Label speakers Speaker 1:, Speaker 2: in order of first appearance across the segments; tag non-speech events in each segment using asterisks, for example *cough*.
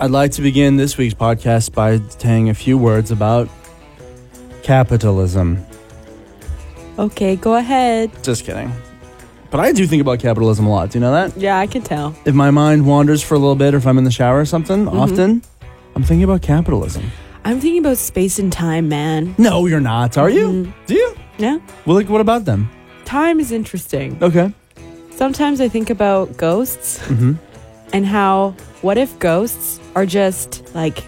Speaker 1: I'd like to begin this week's podcast by saying a few words about capitalism.
Speaker 2: Okay, go ahead.
Speaker 1: Just kidding. But I do think about capitalism a lot. Do you know that?
Speaker 2: Yeah, I can tell.
Speaker 1: If my mind wanders for a little bit or if I'm in the shower or something, often I'm thinking about capitalism.
Speaker 2: I'm thinking about space and time, man.
Speaker 1: No, you're not. Are you? Do you?
Speaker 2: No?
Speaker 1: Well, like, what about them?
Speaker 2: Time is interesting.
Speaker 1: Okay.
Speaker 2: Sometimes I think about ghosts
Speaker 1: Mhm.
Speaker 2: and how what if ghosts are just like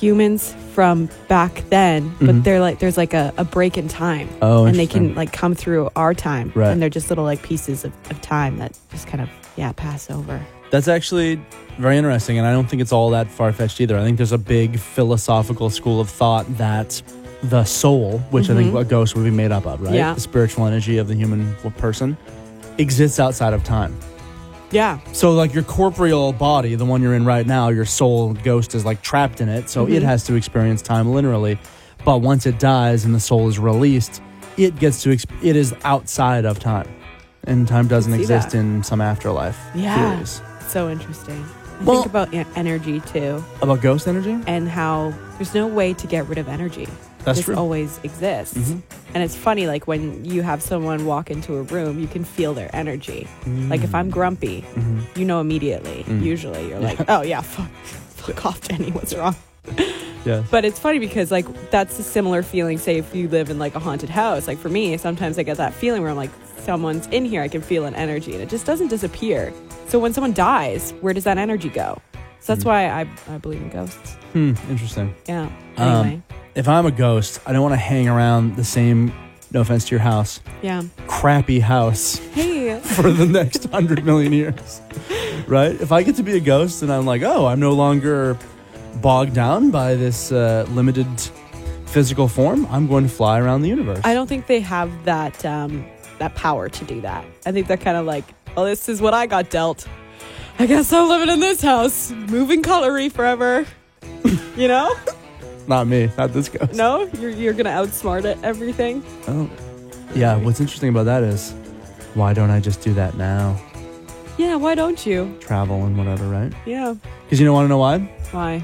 Speaker 2: humans from back then,
Speaker 1: Mhm.
Speaker 2: but they're like there's like a, a break in time.
Speaker 1: Oh,
Speaker 2: and they
Speaker 1: interesting.
Speaker 2: can like come through our time.
Speaker 1: Right.
Speaker 2: And they're just little like pieces of, of time that just kind of yeah, pass over.
Speaker 1: That's actually very interesting, and I don't think it's all that far fetched either. I think there's a big philosophical school of thought that the soul, which I think
Speaker 2: Mhm.
Speaker 1: a ghost would be made up of, right?
Speaker 2: Yeah.
Speaker 1: The spiritual energy of the human w- person exists outside of time.
Speaker 2: Yeah.
Speaker 1: So, like your corporeal body, the one you're in right now, your soul ghost is like trapped in it, so it
Speaker 2: Mm-hmm.
Speaker 1: has to experience time linearly. But once it dies and the soul is released, it gets to exp- it is outside of time, and time doesn't
Speaker 2: see
Speaker 1: exist
Speaker 2: that.
Speaker 1: in some afterlife
Speaker 2: Yeah.
Speaker 1: theories.
Speaker 2: So interesting. I
Speaker 1: Well-
Speaker 2: think about en- energy too.
Speaker 1: About ghost energy?
Speaker 2: and how there's no way to get rid of energy.
Speaker 1: That's
Speaker 2: this
Speaker 1: true. Mm-hmm.
Speaker 2: always exists. And it's funny, like when you have someone walk into a room, you can feel their energy.
Speaker 1: Mm-hmm.
Speaker 2: Like if
Speaker 1: Mm.
Speaker 2: I'm grumpy, you know immediately. Usually, you're like, "Oh yeah, fuck, fuck off, Jenny. What's wrong?"
Speaker 1: Yes.
Speaker 2: But it's funny because like that's a similar feeling. Say if you live in like a haunted house, like for me, sometimes I get that feeling where I'm like, someone's in here. I can feel an energy, and it just doesn't disappear. So when someone dies, where does that energy go? So
Speaker 1: Mm.
Speaker 2: that's why I, I believe in ghosts.
Speaker 1: Hmm, interesting.
Speaker 2: Yeah.
Speaker 1: Um,
Speaker 2: Anyway.
Speaker 1: If I'm a ghost, I don't want to hang around the same, no offense to your house,
Speaker 2: yeah.
Speaker 1: crappy house *laughs*
Speaker 2: Hey.
Speaker 1: for the next *laughs* hundred million years. Right? If I get to be a ghost and I'm like, oh, I'm no longer bogged down by this uh, limited physical form, I'm going to fly around the universe.
Speaker 2: I don't think they have that um, that power to do that. I think they're kind of like, oh, this is what I got dealt. I guess I'm living in this house, moving cutlery forever. you know?
Speaker 1: Not me, not this ghost.
Speaker 2: No, you're you're gonna outsmart it everything.
Speaker 1: Oh. Yeah, what's interesting about that is why don't I just do that now?
Speaker 2: Yeah, why don't you?
Speaker 1: Travel and whatever, right?
Speaker 2: Yeah,
Speaker 1: Because you don't want to know why?
Speaker 2: why?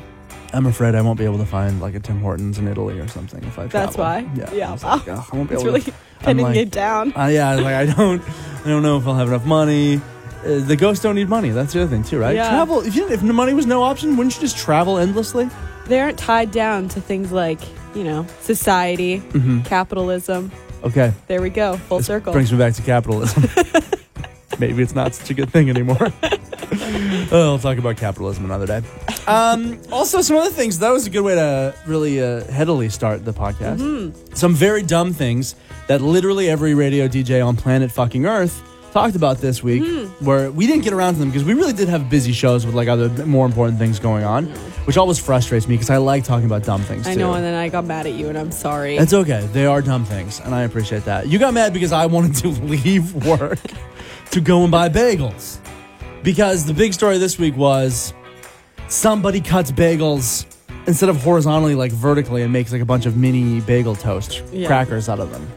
Speaker 1: I'm afraid I won't be able to find like a Tim Hortons in Italy or something if I travel.
Speaker 2: That's why?
Speaker 1: Yeah.
Speaker 2: Yeah.
Speaker 1: I, was like, "Ugh, I won't be
Speaker 2: It's
Speaker 1: able
Speaker 2: really
Speaker 1: to.
Speaker 2: *laughs* pinning
Speaker 1: like-
Speaker 2: it down.
Speaker 1: Uh, yeah. Like *laughs* I don't. I don't know if I'll have enough money. Uh, the ghosts don't need money. That's the other thing too, right?
Speaker 2: Yeah.
Speaker 1: Travel. If you, if money was no option, wouldn't you just travel endlessly?
Speaker 2: They aren't tied down to things like you know society,
Speaker 1: Mm-hmm.
Speaker 2: capitalism.
Speaker 1: Okay.
Speaker 2: There we go, full
Speaker 1: This
Speaker 2: circle.
Speaker 1: Brings me back to
Speaker 2: *laughs*
Speaker 1: capitalism. Maybe it's not such a good thing anymore. oh, we'll talk about capitalism another day. Um, also, some other things. That was a good way to really uh, headily start the podcast.
Speaker 2: Mm-hmm.
Speaker 1: Some very dumb things that literally every radio DJ on planet fucking Earth talked about this week,
Speaker 2: Mm-hmm.
Speaker 1: where we didn't get around to them because we really did have busy shows with like other more important things going on, which always frustrates me because I like talking about dumb things.
Speaker 2: Mm. I
Speaker 1: too.
Speaker 2: know, and then I got mad at you, and I'm sorry.
Speaker 1: It's okay. They are dumb things, and I appreciate that. You got mad because I wanted to *laughs* leave work to go and buy bagels. Because the big story this week was somebody cuts bagels instead of horizontally, like vertically, and makes like a bunch of mini bagel toast
Speaker 2: Yeah.
Speaker 1: crackers out of them.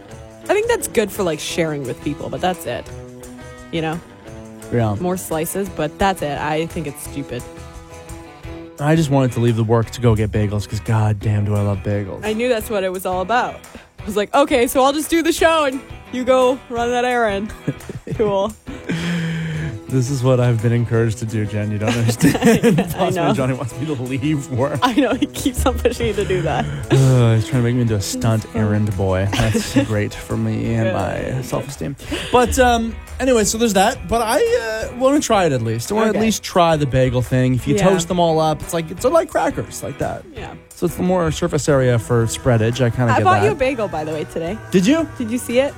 Speaker 2: I think that's good for like sharing with people, but that's it. You know,
Speaker 1: Yeah.
Speaker 2: more slices, but that's it. I think it's stupid.
Speaker 1: I just wanted to leave the work to go get bagels because god damn do I love bagels.
Speaker 2: I knew that's what it was all about. I was like, okay, so I'll just do the show and you go run that errand. *laughs* cool.
Speaker 1: this is what I've been encouraged to do, Jen. You
Speaker 2: *laughs*
Speaker 1: don't understand. Boss Man
Speaker 2: know.
Speaker 1: Johnny wants me to leave work.
Speaker 2: I know he keeps on pushing you to do that.
Speaker 1: Ugh, he's trying to make me into a stunt
Speaker 2: Oh.
Speaker 1: errand boy.
Speaker 2: *laughs*
Speaker 1: That's great for me and my *laughs* self esteem. But um, anyway, so there's that. But I uh, want to try it at least. I want to
Speaker 2: Okay.
Speaker 1: at least try the bagel thing. If you
Speaker 2: Yeah.
Speaker 1: toast them all up, it's like it's like crackers, like that.
Speaker 2: Yeah.
Speaker 1: So it's more surface area for spreadage. I kind of
Speaker 2: I,
Speaker 1: get
Speaker 2: bought
Speaker 1: that.
Speaker 2: you a bagel, by the way, today.
Speaker 1: Did you?
Speaker 2: Did you see it?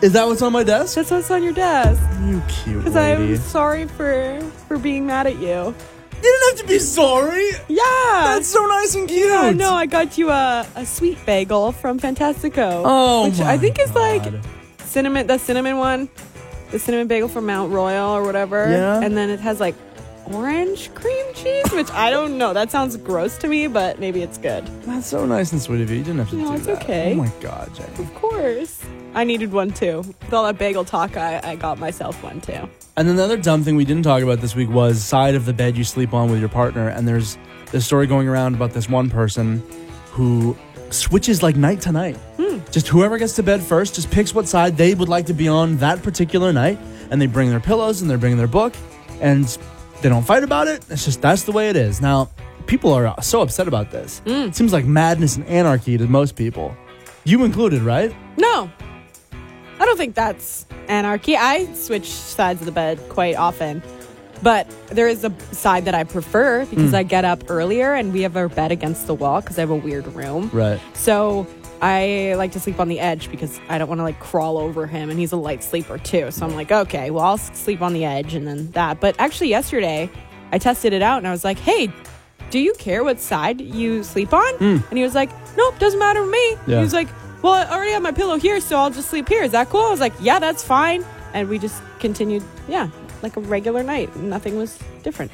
Speaker 1: Is that what's on my desk?
Speaker 2: That's what's on your desk.
Speaker 1: You cute
Speaker 2: Because
Speaker 1: lady.
Speaker 2: I'm sorry for for being mad at you.
Speaker 1: You didn't have to be sorry.
Speaker 2: Yeah.
Speaker 1: That's so nice and cute.
Speaker 2: Yeah, no, I got you a, a sweet bagel from Fantastico.
Speaker 1: Oh,
Speaker 2: which
Speaker 1: my
Speaker 2: I think is like
Speaker 1: God.
Speaker 2: cinnamon, the cinnamon one, the cinnamon bagel from Mount Royal or whatever.
Speaker 1: Yeah.
Speaker 2: And then it has like orange cream cheese, which I don't know. That sounds gross to me, but maybe it's good.
Speaker 1: That's so nice and sweet of you. You didn't have to
Speaker 2: No,
Speaker 1: do
Speaker 2: it's
Speaker 1: that.
Speaker 2: okay.
Speaker 1: Oh my god, Jenny.
Speaker 2: Of course. I needed one too. With all that bagel talk, I, I got myself one too.
Speaker 1: And then the other dumb thing we didn't talk about this week was side of the bed you sleep on with your partner. And there's this story going around about this one person who switches like night to night. Just whoever gets to bed first just picks what side they would like to be on that particular night. And they bring their pillows and they're bringing their book and they don't fight about it. It's just that's the way it is. Now, people are so upset about this. It seems like madness and anarchy to most people. You included, right?
Speaker 2: No. I don't think that's anarchy. I switch sides of the bed quite often. But there is a side that I prefer because I get up earlier and we have our bed against the wall because I have a weird room.
Speaker 1: Right.
Speaker 2: So I like to sleep on the edge because I don't want to like crawl over him and he's a light sleeper too. So I'm like, okay, well, I'll s- sleep on the edge and then that. But actually, yesterday I tested it out and I was like, hey, do you care what side you sleep on? And he was like, nope, doesn't matter to me.
Speaker 1: Yeah.
Speaker 2: He was like, well, I already have my pillow here, so I'll just sleep here. Is that cool? I was like, yeah, that's fine. And we just continued, yeah, like a regular night. Nothing was different.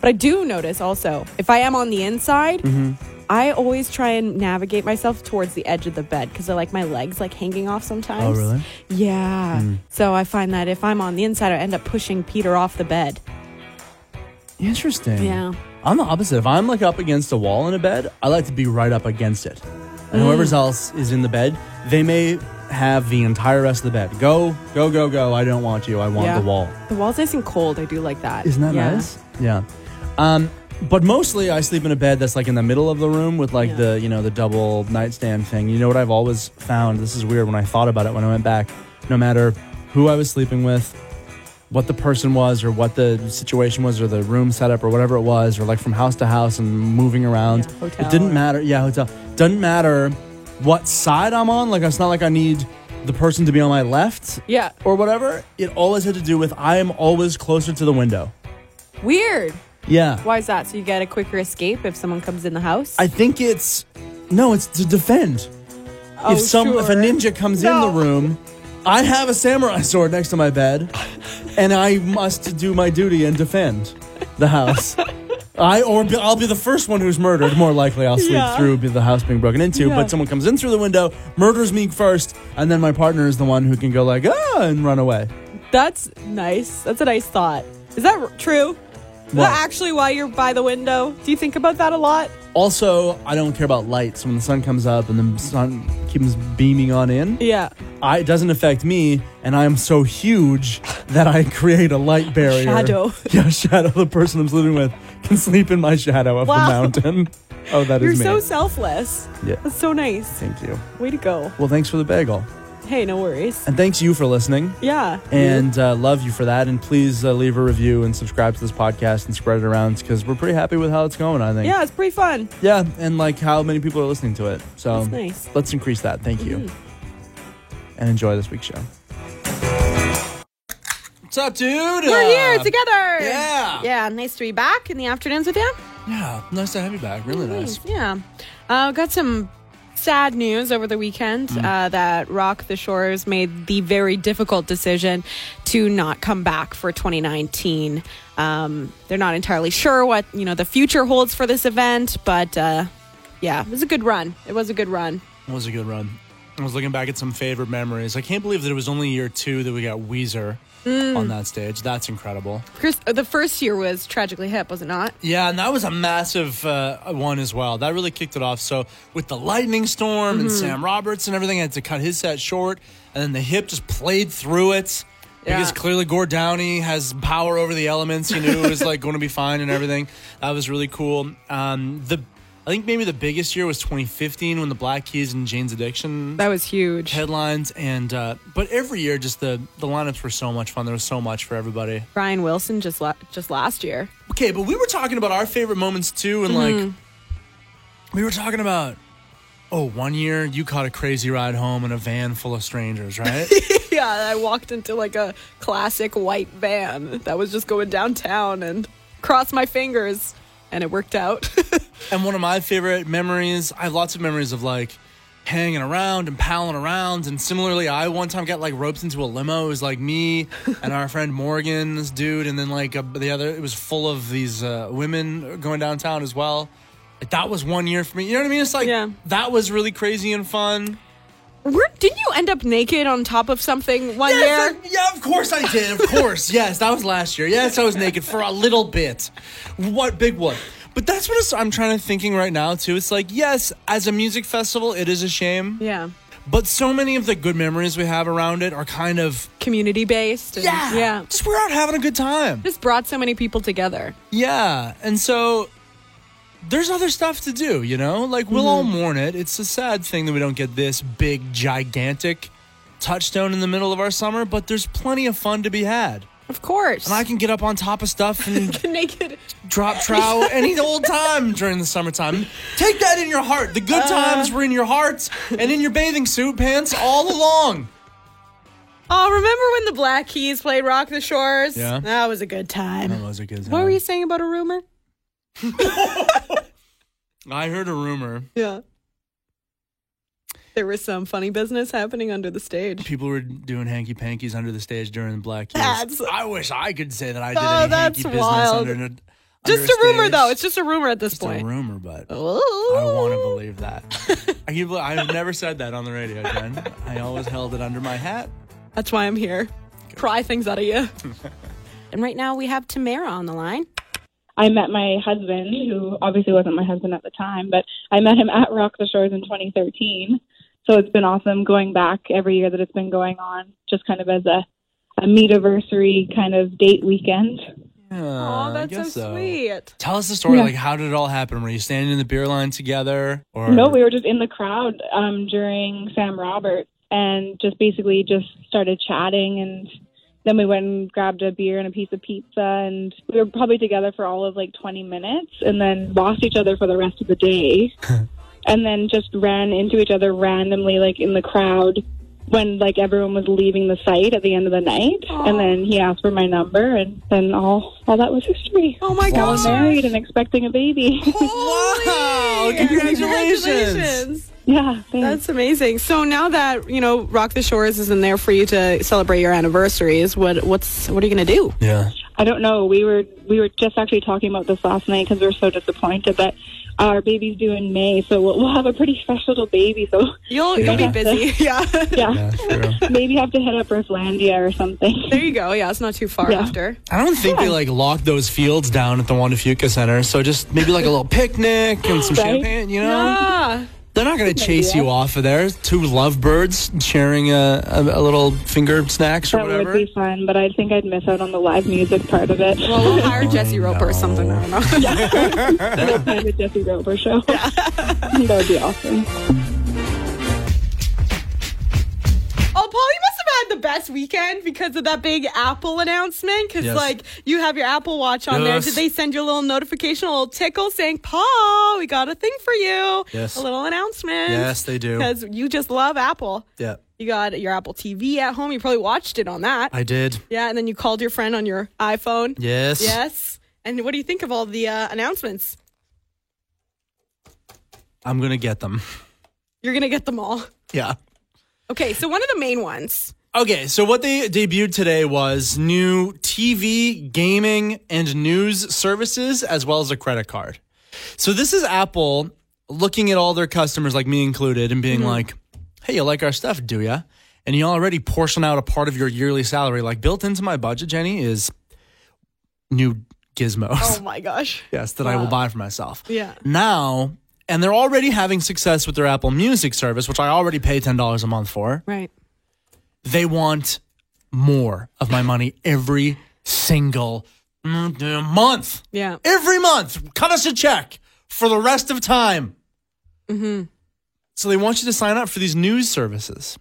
Speaker 2: But I do notice also, if I am on the inside,
Speaker 1: Mm-hmm.
Speaker 2: I always try and navigate myself towards the edge of the bed because I like my legs like hanging off sometimes.
Speaker 1: Oh, really? Hmm.
Speaker 2: Yeah. So I find that if I'm on the inside, I end up pushing Peter off the bed.
Speaker 1: Interesting.
Speaker 2: Yeah.
Speaker 1: I'm the opposite. If I'm like up against a wall in a bed, I like to be right up against it. And
Speaker 2: Mm.
Speaker 1: whoever's else is in the bed, they may have the entire rest of the bed. Go, go, go, go. I don't want you. I want
Speaker 2: yeah.
Speaker 1: the wall.
Speaker 2: The wall's nice and cold. I do like that.
Speaker 1: Isn't that
Speaker 2: Yeah.
Speaker 1: nice? Yeah. Um, but mostly I sleep in a bed that's like in the middle of the room with like
Speaker 2: Yeah.
Speaker 1: the, you know, the double nightstand thing. You know what I've always found? This is weird when I thought about it when I went back. No matter who I was sleeping with, what the person was or what the situation was or the room setup or whatever it was or like from house to house and moving around.
Speaker 2: Yeah, hotel
Speaker 1: it didn't
Speaker 2: or-
Speaker 1: matter. Yeah, hotel. Doesn't matter what side I'm on. Like it's not like I need the person to be on my left
Speaker 2: Yeah.
Speaker 1: or whatever. It always had to do with I am always closer to the window.
Speaker 2: Weird.
Speaker 1: Yeah.
Speaker 2: Why is that? So you get a quicker escape if someone comes in the house?
Speaker 1: I think it's no, it's to defend.
Speaker 2: Oh,
Speaker 1: if some if a
Speaker 2: sure.
Speaker 1: ninja comes
Speaker 2: No.
Speaker 1: in the room, I have a samurai sword next to my bed, and I must do my duty and defend the house. I or be, I'll be the first one who's murdered. More likely, I'll sleep
Speaker 2: Yeah.
Speaker 1: through be the house being broken into.
Speaker 2: Yeah.
Speaker 1: But someone comes in through the window, murders me first, and then my partner is the one who can go like ah and run away.
Speaker 2: That's nice. That's a nice thought. Is that r- true? Is
Speaker 1: What?
Speaker 2: that actually why you're by the window? Do you think about that a lot?
Speaker 1: Also, I don't care about lights. When the sun comes up and the sun keeps beaming on in,
Speaker 2: Yeah.
Speaker 1: I, it doesn't affect me, and I am so
Speaker 2: *laughs*
Speaker 1: huge that I create a light barrier.
Speaker 2: Shadow.
Speaker 1: *laughs* Yeah, shadow. The person I'm sleeping with can sleep in my shadow of
Speaker 2: Wow.
Speaker 1: the
Speaker 2: *laughs*
Speaker 1: mountain. Oh, that
Speaker 2: You're
Speaker 1: is
Speaker 2: so
Speaker 1: me.
Speaker 2: selfless.
Speaker 1: Yeah.
Speaker 2: That's so nice.
Speaker 1: Thank you.
Speaker 2: Way to go.
Speaker 1: Well, thanks for the bagel.
Speaker 2: Hey, no worries.
Speaker 1: And thanks you for listening.
Speaker 2: Yeah.
Speaker 1: And uh, love you for that. And please uh, leave a review and subscribe to this podcast and spread it around because we're pretty happy with how it's going, I think.
Speaker 2: yeah, it's pretty fun.
Speaker 1: Yeah, and like how many people are listening to it. So
Speaker 2: That's nice. Mm-hmm.
Speaker 1: let's increase that. Thank you. And enjoy this week's show. What's up, dude?
Speaker 2: We're here
Speaker 1: Uh,
Speaker 2: together.
Speaker 1: yeah.
Speaker 2: Yeah, nice to be back in the afternoons with you.
Speaker 1: Yeah, nice to have you back. Really nice.
Speaker 2: Yeah. Uh, got some sad news over the weekend
Speaker 1: Mm.
Speaker 2: uh, that Rock the Shores made the very difficult decision to not come back for 2019. Um, they're not entirely sure what you know the future holds for this event, but uh, yeah, it was a good run. It was a good run.
Speaker 1: That was a good run. I was looking back at some favorite memories. I can't believe that it was only year two that we got Weezer
Speaker 2: Mm.
Speaker 1: on that stage. That's incredible.
Speaker 2: Chris, uh, the first year was tragically hip, was it not?
Speaker 1: Yeah, and that was a massive uh, one as well. That really kicked it off. So with the lightning storm
Speaker 2: Mm-hmm.
Speaker 1: and Sam Roberts and everything, I had to cut his set short, and then the hip just played through it. Because
Speaker 2: Yeah.
Speaker 1: clearly Gore Downey has power over the elements. He knew it was like *laughs* going to be fine and everything. That was really cool. Um, the I think maybe the biggest year was 2015 when the Black Keys and Jane's Addiction
Speaker 2: That was huge.
Speaker 1: headlines. And uh, but every year, just the the lineups were so much fun. There was so much for everybody.
Speaker 2: Brian Wilson just la- just last year.
Speaker 1: Okay, but we were talking about our favorite moments too, and like we were talking about. Oh, one year you caught a crazy ride home in a van full of strangers, right?
Speaker 2: *laughs* Yeah, I walked into like a classic white van that was just going downtown and crossed my fingers and it worked out. *laughs*
Speaker 1: and one of my favorite memories, I have lots of memories of like hanging around and palling around. And similarly, I one time got like roped into a limo. It was like me and our friend Morgan, this dude, and then like a, the other. It was full of these uh, women going downtown as well. Like, that was one year for me. You know what I mean? It's like
Speaker 2: Yeah.
Speaker 1: that was really crazy and fun.
Speaker 2: Where, didn't you end up naked on top of something one
Speaker 1: Yes,
Speaker 2: year?
Speaker 1: I- yeah, of course I did. Of course, *laughs* yes, that was last year. Yes, I was naked for a little bit. What big one? But that's what it's, I'm trying to thinking right now too. It's like yes, as a music festival, it is a shame,
Speaker 2: Yeah.
Speaker 1: but so many of the good memories we have around it are kind of
Speaker 2: Community based. and- Yeah.
Speaker 1: just we're out having a good time.
Speaker 2: Just brought so many people together.
Speaker 1: Yeah, and so there's other stuff to do, you know? Like, we'll all mourn it. It's a sad thing that we don't get this big, gigantic touchstone in the middle of our summer, but there's plenty of fun to be had.
Speaker 2: Of course.
Speaker 1: And I can get up on top of stuff and
Speaker 2: *laughs* naked.
Speaker 1: drop trow any old time during the summertime. Take that in your heart. The
Speaker 2: Uh.
Speaker 1: good times were in your hearts and in your bathing suit pants all along.
Speaker 2: Oh, remember when the Black Keys played Rock the Shores?
Speaker 1: Yeah.
Speaker 2: That was a good time.
Speaker 1: Those are good
Speaker 2: What were you
Speaker 1: times.
Speaker 2: saying about a rumor?
Speaker 1: I heard a rumor.
Speaker 2: Yeah. There was some funny business happening under the stage.
Speaker 1: People were doing hanky pankies under the stage during the Black Keys.
Speaker 2: That's-
Speaker 1: I wish I could say that I did
Speaker 2: Oh,
Speaker 1: any
Speaker 2: that's
Speaker 1: hanky business
Speaker 2: wild.
Speaker 1: under, under
Speaker 2: Just a
Speaker 1: stage.
Speaker 2: rumor, though. It's just a rumor at this
Speaker 1: It's a
Speaker 2: point.
Speaker 1: rumor, but I
Speaker 2: Ooh.
Speaker 1: want to believe
Speaker 2: *laughs*
Speaker 1: that. I can, I've never said that on the radio, Jen. I always held it under my hat.
Speaker 2: That's why I'm here. Pry things out
Speaker 1: *laughs*
Speaker 2: of you. and right now we have Tamara on the line.
Speaker 3: I met my husband, who obviously wasn't my husband at the time, but I met him at Rock the Shores in 2013. So it's been awesome going back every year that it's been going on, just kind of as a, a meetiversary kind of date weekend.
Speaker 1: Yeah,
Speaker 2: Oh,
Speaker 1: Uh, I
Speaker 2: that's
Speaker 1: guess
Speaker 2: so, sweet.
Speaker 1: Tell us the story.
Speaker 3: Yeah.
Speaker 1: Like, how did it all happen? Were you standing in the beer line together? Or
Speaker 3: No, we were just in the crowd um, during Sam Roberts and just basically just started chatting and then we went and grabbed a beer and a piece of pizza and we were probably together for all of like 20 minutes and then lost each other for the rest of the day and then just ran into each other randomly like in the crowd when like everyone was leaving the site at the end of the night and then he asked for my number and then all all that was history.
Speaker 2: Oh my
Speaker 1: Wow.
Speaker 2: gosh.
Speaker 3: Married and expecting a baby. *laughs*
Speaker 1: Wow! Congratulations.
Speaker 3: yeah, thanks.
Speaker 2: That's amazing. So now that, you know, Rock the Shores is in there for you to celebrate your anniversaries, what what's what are you going to do?
Speaker 1: Yeah.
Speaker 3: I don't know. We were we were just actually talking about this last night because we were so disappointed that our baby's due in May, so we'll, we'll have a pretty *laughs* fresh little baby. So *laughs*
Speaker 2: You'll you'll be
Speaker 3: Yeah.
Speaker 1: *laughs*
Speaker 2: busy. *laughs* Yeah.
Speaker 3: yeah,
Speaker 1: Yeah, true.
Speaker 3: maybe have to head up Earthlandia or something.
Speaker 2: there you go. Yeah, it's not too far
Speaker 3: Yeah.
Speaker 2: after.
Speaker 1: I don't think they like locked those fields down at the Wanda Fuca Center. So just maybe like a little picnic and some
Speaker 3: Right?
Speaker 1: champagne. You know,
Speaker 2: Ah.
Speaker 1: they're not going to chase you off of there. Two lovebirds sharing a, a, a little finger snacks or
Speaker 3: *laughs* That
Speaker 1: whatever.
Speaker 3: would be fun, but I think I'd miss out on the live music part of it. *laughs*
Speaker 2: Well, we'll hire Jesse Roper or something. I don't know.
Speaker 3: Kind of Jesse Roper show. *laughs* that would be awesome.
Speaker 2: Oh, Paul, you must have had the best weekend because of that big Apple announcement. Because,
Speaker 1: Yes.
Speaker 2: like, you have your Apple Watch on there.
Speaker 1: Yes.
Speaker 2: Did they send you a little notification, a little tickle saying, Paul, we got a thing for you?
Speaker 1: Yes.
Speaker 2: A little announcement.
Speaker 1: Yes, they do.
Speaker 2: Because you just love Apple.
Speaker 1: yeah,
Speaker 2: You got your Apple TV at home. You probably watched it on that.
Speaker 1: I did.
Speaker 2: yeah, and then you called your friend on your iPhone.
Speaker 1: Yes.
Speaker 2: Yes. And what do you think of all the uh, announcements?
Speaker 1: I'm gonna get them. *laughs*
Speaker 2: You're going to get them all.
Speaker 1: Yeah.
Speaker 2: Okay, so one of the main ones.
Speaker 1: Okay, so what they debuted today was new TV, gaming, and news services, as well as a credit card. So this is Apple looking at all their customers, like me included, and being
Speaker 2: Mm-hmm.
Speaker 1: like, hey, you like our stuff, do ya? And you already portion out a part of your yearly salary. Like built into my budget, Jenny, is new gizmos.
Speaker 2: Oh, my gosh.
Speaker 1: *laughs* Yes, that I will buy for myself.
Speaker 2: Yeah.
Speaker 1: Now, and they're already having success with their Apple Music service, which I already pay $10 a month for
Speaker 2: Right.
Speaker 1: they want more of my money every single month.
Speaker 2: Yeah.
Speaker 1: Every month, cut us a check for the rest of time. Mm-hmm. So they want you to sign up for these news services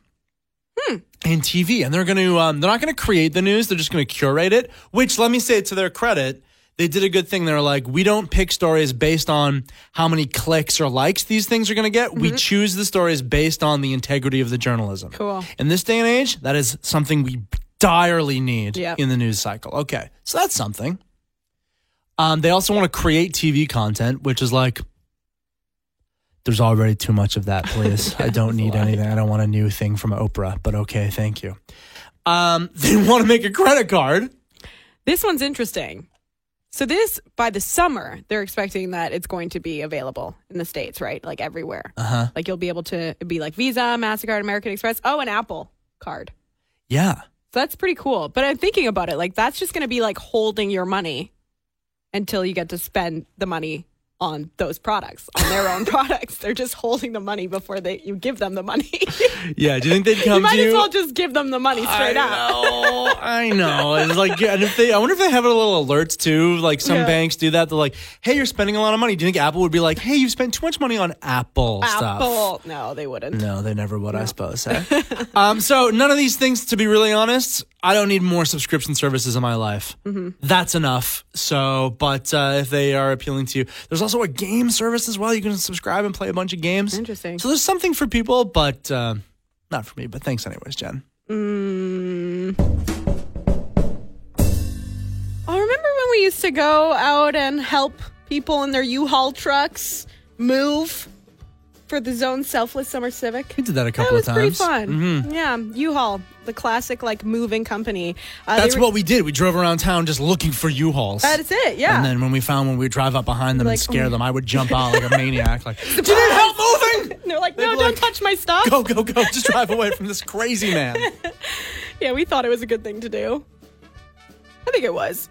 Speaker 1: and TV, and they're going to um, they're not going to create the news; they're just going to curate it. Which, let me say to their credit, they did a good thing. They're like, we don't pick stories based on how many clicks or likes these things are going to get. We choose the stories based on the integrity of the journalism.
Speaker 2: Cool.
Speaker 1: In this day and age, that is something we direly need
Speaker 2: Yep.
Speaker 1: in the news cycle. Okay, so that's something. Um, they also want to create TV content, which is like There's already too much of that, *laughs* please. I don't need anything. I don't want a new thing from Oprah, but okay, thank you. Um, *laughs* they want to make a credit card.
Speaker 2: This one's interesting. So this by the summer, they're expecting that it's going to be available in the states, right? Like everywhere.
Speaker 1: Uh-huh.
Speaker 2: Like you'll be able to it'd be like Visa, Mastercard, American Express. Oh, an Apple card.
Speaker 1: Yeah.
Speaker 2: So that's pretty cool. But I'm thinking about it, like that's just going to be like holding your money until you get to spend the money on those products, on their own products. They're just holding the money before they you give them the money. *laughs*
Speaker 1: Yeah. Do you think they'd come
Speaker 2: you might
Speaker 1: to
Speaker 2: as well just give them the money straight
Speaker 1: I
Speaker 2: up.
Speaker 1: Know,
Speaker 2: *laughs*
Speaker 1: I know. It's like, yeah, and if they, I wonder if they have a little alerts too. Like some
Speaker 2: Yeah.
Speaker 1: banks do that. They're like, "Hey, you're spending a lot of money." Do you think Apple would be like, "Hey, you've spent too much money on Apple, stuff"?
Speaker 2: Apple. No, they wouldn't.
Speaker 1: No, they never would, I suppose.
Speaker 2: *laughs*
Speaker 1: eh? um, so none of these things, to be really honest, I don't need more subscription services in my life.
Speaker 2: Mm-hmm.
Speaker 1: That's enough. So, but uh, if they are appealing to you, there's also a game service as well. You can subscribe and play a bunch of games.
Speaker 2: Interesting.
Speaker 1: So there's something for people, but uh, not for me. But thanks anyways, Jen.
Speaker 2: Oh, remember when we used to go out and help people in their U-Haul trucks move for the Zone Selfless Summer Civic?
Speaker 1: We did that a
Speaker 2: That
Speaker 1: couple
Speaker 2: was
Speaker 1: of
Speaker 2: pretty
Speaker 1: times. Mm-hmm.
Speaker 2: fun. Yeah, U-Haul, the classic like moving company. Uh, they
Speaker 1: That's
Speaker 2: were- *laughs*
Speaker 1: what we did. We drove around town just looking for U-Hauls.
Speaker 2: That is it. Yeah.
Speaker 1: And then when we found one, we'd drive up behind them
Speaker 2: Like,
Speaker 1: and scare
Speaker 2: oh.
Speaker 1: them. I would jump out
Speaker 2: *laughs*
Speaker 1: like a maniac. Like, do you need help moving? *laughs*
Speaker 2: and they're like,
Speaker 1: They'd
Speaker 2: no,
Speaker 1: be
Speaker 2: don't
Speaker 1: like,
Speaker 2: touch my stuff.
Speaker 1: Go, go, go. Just drive away from this crazy man.
Speaker 2: *laughs* Yeah, we thought it was a good thing to do. I think it was.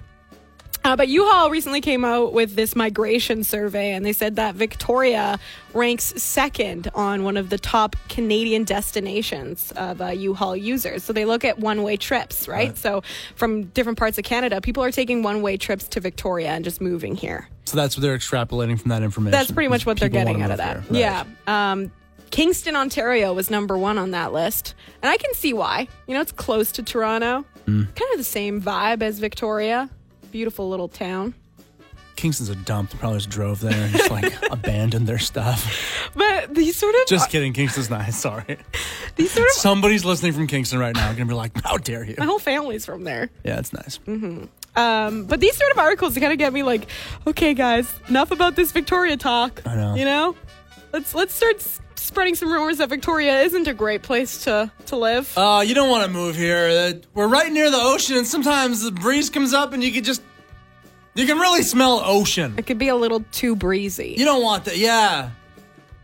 Speaker 2: Uh, but U-Haul recently came out with this migration survey, and they said that Victoria ranks second on one of the top Canadian destinations of uh, U-Haul users. So they look at one-way trips, right? So from different parts of Canada, people are taking one-way trips to Victoria and just moving here.
Speaker 1: So that's what they're extrapolating from that information.
Speaker 2: That's pretty much what they're
Speaker 1: People wanna
Speaker 2: getting out
Speaker 1: move
Speaker 2: of that.
Speaker 1: here. Right.
Speaker 2: Yeah. Um, Kingston, Ontario was number one on that list. And I can see why. You know, it's close to Toronto.
Speaker 1: Mm.
Speaker 2: Kind of the same vibe as Victoria. Beautiful little town.
Speaker 1: Kingston's a dump. They probably just drove there and just
Speaker 2: *laughs*
Speaker 1: like abandoned their stuff.
Speaker 2: But these sort of
Speaker 1: Just kidding. Kingston's nice. Sorry.
Speaker 2: these sort of
Speaker 1: Somebody's listening from Kingston right now. Gonna be like, how dare
Speaker 2: *laughs*
Speaker 1: you?
Speaker 2: my whole family's from there.
Speaker 1: Yeah, it's nice.
Speaker 2: Um, but these sort of articles kind of get me like, okay, guys, enough about this Victoria talk.
Speaker 1: I know.
Speaker 2: You know, let's let's start s- spreading some rumors that Victoria isn't a great place to to live.
Speaker 1: Uh, you don't want to move here. Uh, we're right near the ocean, and sometimes the breeze comes up, and you can just you can really smell ocean.
Speaker 2: it could be a little too breezy.
Speaker 1: You don't want that. Yeah,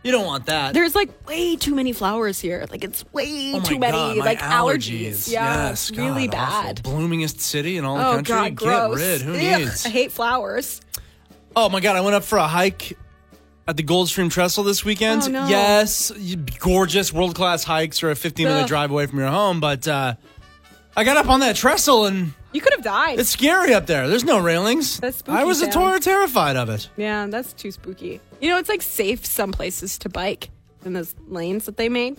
Speaker 1: you don't want that.
Speaker 2: There's like way too many flowers here. Like it's way
Speaker 1: Oh my
Speaker 2: too many
Speaker 1: God, my
Speaker 2: like allergies. Yeah,
Speaker 1: Yes,
Speaker 2: it's really
Speaker 1: God,
Speaker 2: bad.
Speaker 1: Awful. Bloomingest city in all the
Speaker 2: Oh
Speaker 1: country.
Speaker 2: god, gross.
Speaker 1: Get rid. Who
Speaker 2: Ugh,
Speaker 1: needs?
Speaker 2: I hate flowers.
Speaker 1: Oh my god, I went up for a hike at the Goldstream Trestle this weekend.
Speaker 2: Oh, no.
Speaker 1: Yes, you- gorgeous world class hikes are a 15 minute
Speaker 2: Ugh.
Speaker 1: drive away from your home, but uh, I got up on that trestle and.
Speaker 2: You could have died.
Speaker 1: It's scary up there. There's no railings.
Speaker 2: That's spooky
Speaker 1: I was a
Speaker 2: sound.
Speaker 1: Torah terrified of it.
Speaker 2: yeah, that's too spooky. You know, it's like safe some places to bike in those lanes that they made.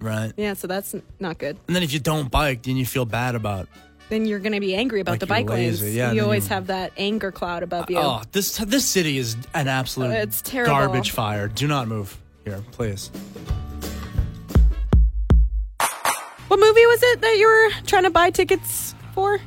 Speaker 1: Right.
Speaker 2: Yeah, so that's n- not good.
Speaker 1: And then if you don't bike, then you feel bad about.
Speaker 2: Then you're going to be angry about
Speaker 1: Like
Speaker 2: the
Speaker 1: you're
Speaker 2: bike lanes.
Speaker 1: lazy. Yeah, and
Speaker 2: you
Speaker 1: then
Speaker 2: always
Speaker 1: you-
Speaker 2: have that anger cloud above you.
Speaker 1: Oh, this this city is an absolute
Speaker 2: Uh, it's terrible.
Speaker 1: garbage fire. Do not move here, please.
Speaker 2: What movie was it that you were trying to buy tickets for?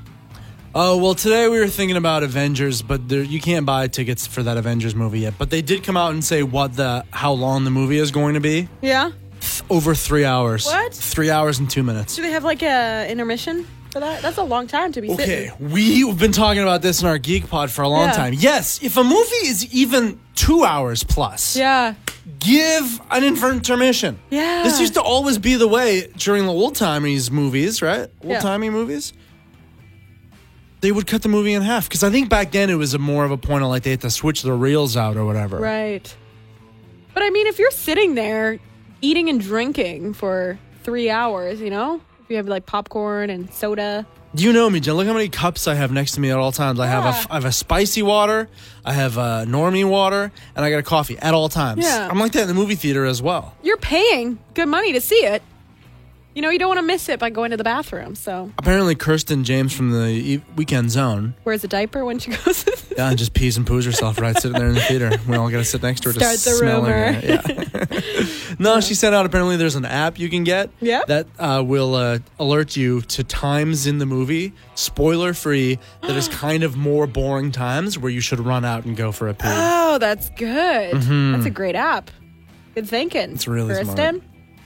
Speaker 1: Oh well, today we were thinking about Avengers, but there, you can't buy tickets for that Avengers movie yet. But they did come out and say what the how long the movie is going to be.
Speaker 2: Yeah.
Speaker 1: Th- Over three hours.
Speaker 2: What?
Speaker 1: Three hours and two minutes.
Speaker 2: Do they have like a intermission for that? That's a long time to be
Speaker 1: Okay,
Speaker 2: sitting.
Speaker 1: we've been talking about this in our Geek Pod for a long
Speaker 2: Yeah.
Speaker 1: time. Yes, if a movie is even two hours plus,
Speaker 2: Yeah.
Speaker 1: give an intermission.
Speaker 2: Yeah.
Speaker 1: This used to always be the way during the old timey's movies, right?
Speaker 2: Yeah.
Speaker 1: Old timey movies. They would cut the movie in half because I think back then it was a more of a point of like they had to switch the reels out or whatever.
Speaker 2: Right. But I mean, if you're sitting there eating and drinking for three hours, you know, if you have like popcorn and soda,
Speaker 1: You know me, Jen. Look how many cups I have next to me at all times. I have a,
Speaker 2: Yeah.
Speaker 1: f- I have a spicy water, I have a normie water, and I got a coffee at all times.
Speaker 2: Yeah.
Speaker 1: I'm like that in the movie theater as well.
Speaker 2: you're paying good money to see it. You know, you don't want to miss it by going to the bathroom. So
Speaker 1: Apparently, Kirsten James from the e- Weekend Zone
Speaker 2: where's a diaper when she *laughs* goes?
Speaker 1: yeah, and just pees and poos herself right sitting there in the theater. We all got to sit next to her.
Speaker 2: Start
Speaker 1: just
Speaker 2: the
Speaker 1: smelling
Speaker 2: rumor.
Speaker 1: it.
Speaker 2: *laughs*
Speaker 1: Yeah. no, she sent out apparently there's an app you can get
Speaker 2: Yep.
Speaker 1: that uh, will uh, alert you to times in the movie, spoiler free, that
Speaker 2: *gasps*
Speaker 1: is kind of more boring
Speaker 2: *gasps*
Speaker 1: times where you should run out and go for a pee.
Speaker 2: oh, that's good. That's a great app. Good thinking.
Speaker 1: Mm-hmm. It's really smart.
Speaker 2: Kristen?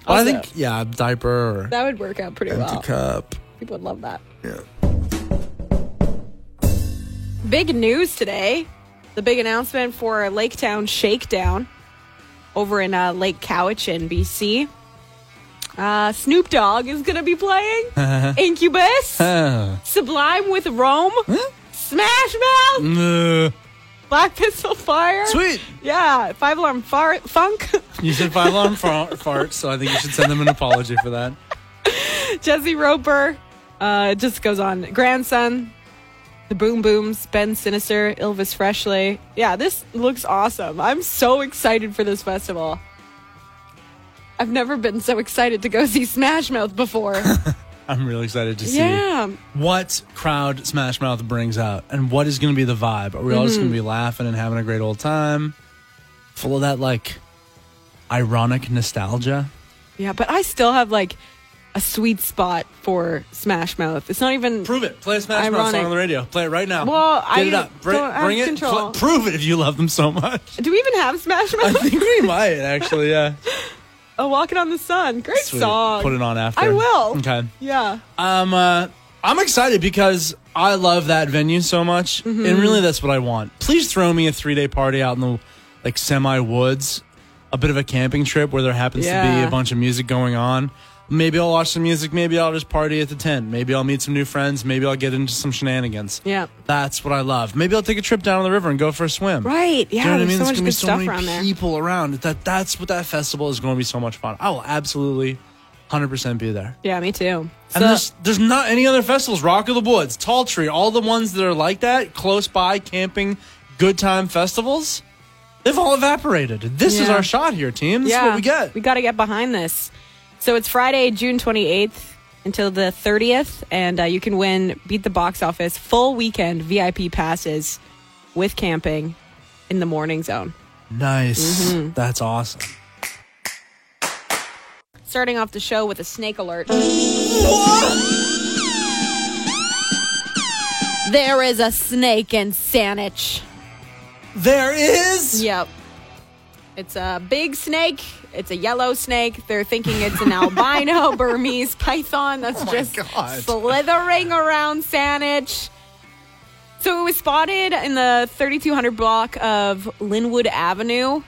Speaker 1: Well, I
Speaker 2: Also,
Speaker 1: think yeah, diaper or
Speaker 2: that would work out pretty
Speaker 1: empty
Speaker 2: well.
Speaker 1: cup. *laughs*
Speaker 2: People would love that.
Speaker 1: Yeah.
Speaker 2: Big news today. The big announcement for Lake Town Shakedown over in uh, Lake Cowichan, BC. Uh, Snoop Dogg is going to
Speaker 1: *laughs*
Speaker 2: be playing Incubus,
Speaker 1: Ah.
Speaker 2: Sublime with Rome,
Speaker 1: Huh?
Speaker 2: Smash Mouth,
Speaker 1: Mm,
Speaker 2: Black Pistol Fire.
Speaker 1: Sweet.
Speaker 2: Yeah, Five Alarm far- Funk, *laughs*
Speaker 1: You said five alarm far- *laughs* farts, so I think you should send them an apology for that.
Speaker 2: Jesse Roper. Uh, it just goes on. Grandson, the Boom Booms, Ben Sinister, Ilvis Freshley. Yeah, this looks awesome. I'm so excited for this festival. I've never been so excited to go see Smash
Speaker 1: *laughs*
Speaker 2: Mouth before.
Speaker 1: I'm really excited to see
Speaker 2: yeah.
Speaker 1: what crowd Smash Mouth brings out and what is going to be the vibe. Are we all
Speaker 2: Mm-hmm.
Speaker 1: just going to be laughing and having a great old time? Full of that like ironic nostalgia.
Speaker 2: Yeah, but I still have like a sweet spot for Smash Mouth. It's not even.
Speaker 1: Prove it. Play a Smash Mouth song
Speaker 2: Ironic.
Speaker 1: on the radio. Play it right now.
Speaker 2: Well,
Speaker 1: Get
Speaker 2: I
Speaker 1: it up. Bring,
Speaker 2: don't have
Speaker 1: bring it.
Speaker 2: control.
Speaker 1: Pl- prove it if you love them so much. *laughs*
Speaker 2: Do we even have Smash
Speaker 1: I
Speaker 2: Mouth?
Speaker 1: think we
Speaker 2: *laughs*
Speaker 1: might actually. Yeah.
Speaker 2: oh, Walking on the Sun. Great
Speaker 1: Sweet.
Speaker 2: song.
Speaker 1: Put it on after.
Speaker 2: I will.
Speaker 1: Okay.
Speaker 2: Yeah.
Speaker 1: Um, uh, I'm excited because I love that venue so much,
Speaker 2: Mm-hmm.
Speaker 1: and really that's what I want. Please throw me a three day party out in the like semi woods, a bit of a camping trip where there happens to
Speaker 2: Yeah.
Speaker 1: be a bunch of music going on. Maybe I'll watch some music. Maybe I'll just party at the tent. Maybe I'll meet some new friends. Maybe I'll get into some shenanigans.
Speaker 2: Yeah.
Speaker 1: That's what I love. Maybe I'll take a trip down to the river and go for a swim.
Speaker 2: Right. Yeah.
Speaker 1: Do you know what I
Speaker 2: there's
Speaker 1: mean?
Speaker 2: so
Speaker 1: There's
Speaker 2: much
Speaker 1: gonna
Speaker 2: good
Speaker 1: be so
Speaker 2: stuff
Speaker 1: many
Speaker 2: around there.
Speaker 1: people around. That that's what that festival is going to be so much fun. I will absolutely, hundred percent be there.
Speaker 2: Yeah, me too.
Speaker 1: And
Speaker 2: So-
Speaker 1: there's there's not any other festivals. Rock of the Woods, Tall Tree, all the ones that are like that, close by camping, good time festivals. They've all evaporated. This is
Speaker 2: Yeah.
Speaker 1: our shot here, team. This
Speaker 2: yeah,
Speaker 1: is what we get.
Speaker 2: We got to get behind this. So it's Friday, June 28th until the 30th, and uh, you can win Beat the Box Office full weekend VIP passes with camping in the morning zone.
Speaker 1: nice.
Speaker 2: Mm-hmm.
Speaker 1: That's awesome.
Speaker 2: Starting off the show with a snake alert. There is a snake in Saanich.
Speaker 1: There is.
Speaker 2: Yep. It's a big snake. It's a yellow snake. They're thinking it's
Speaker 1: *laughs*
Speaker 2: an albino Burmese python that's
Speaker 1: Oh my
Speaker 2: just
Speaker 1: God.
Speaker 2: slithering around Saanich. So it was spotted in the 3200 block of Linwood Avenue.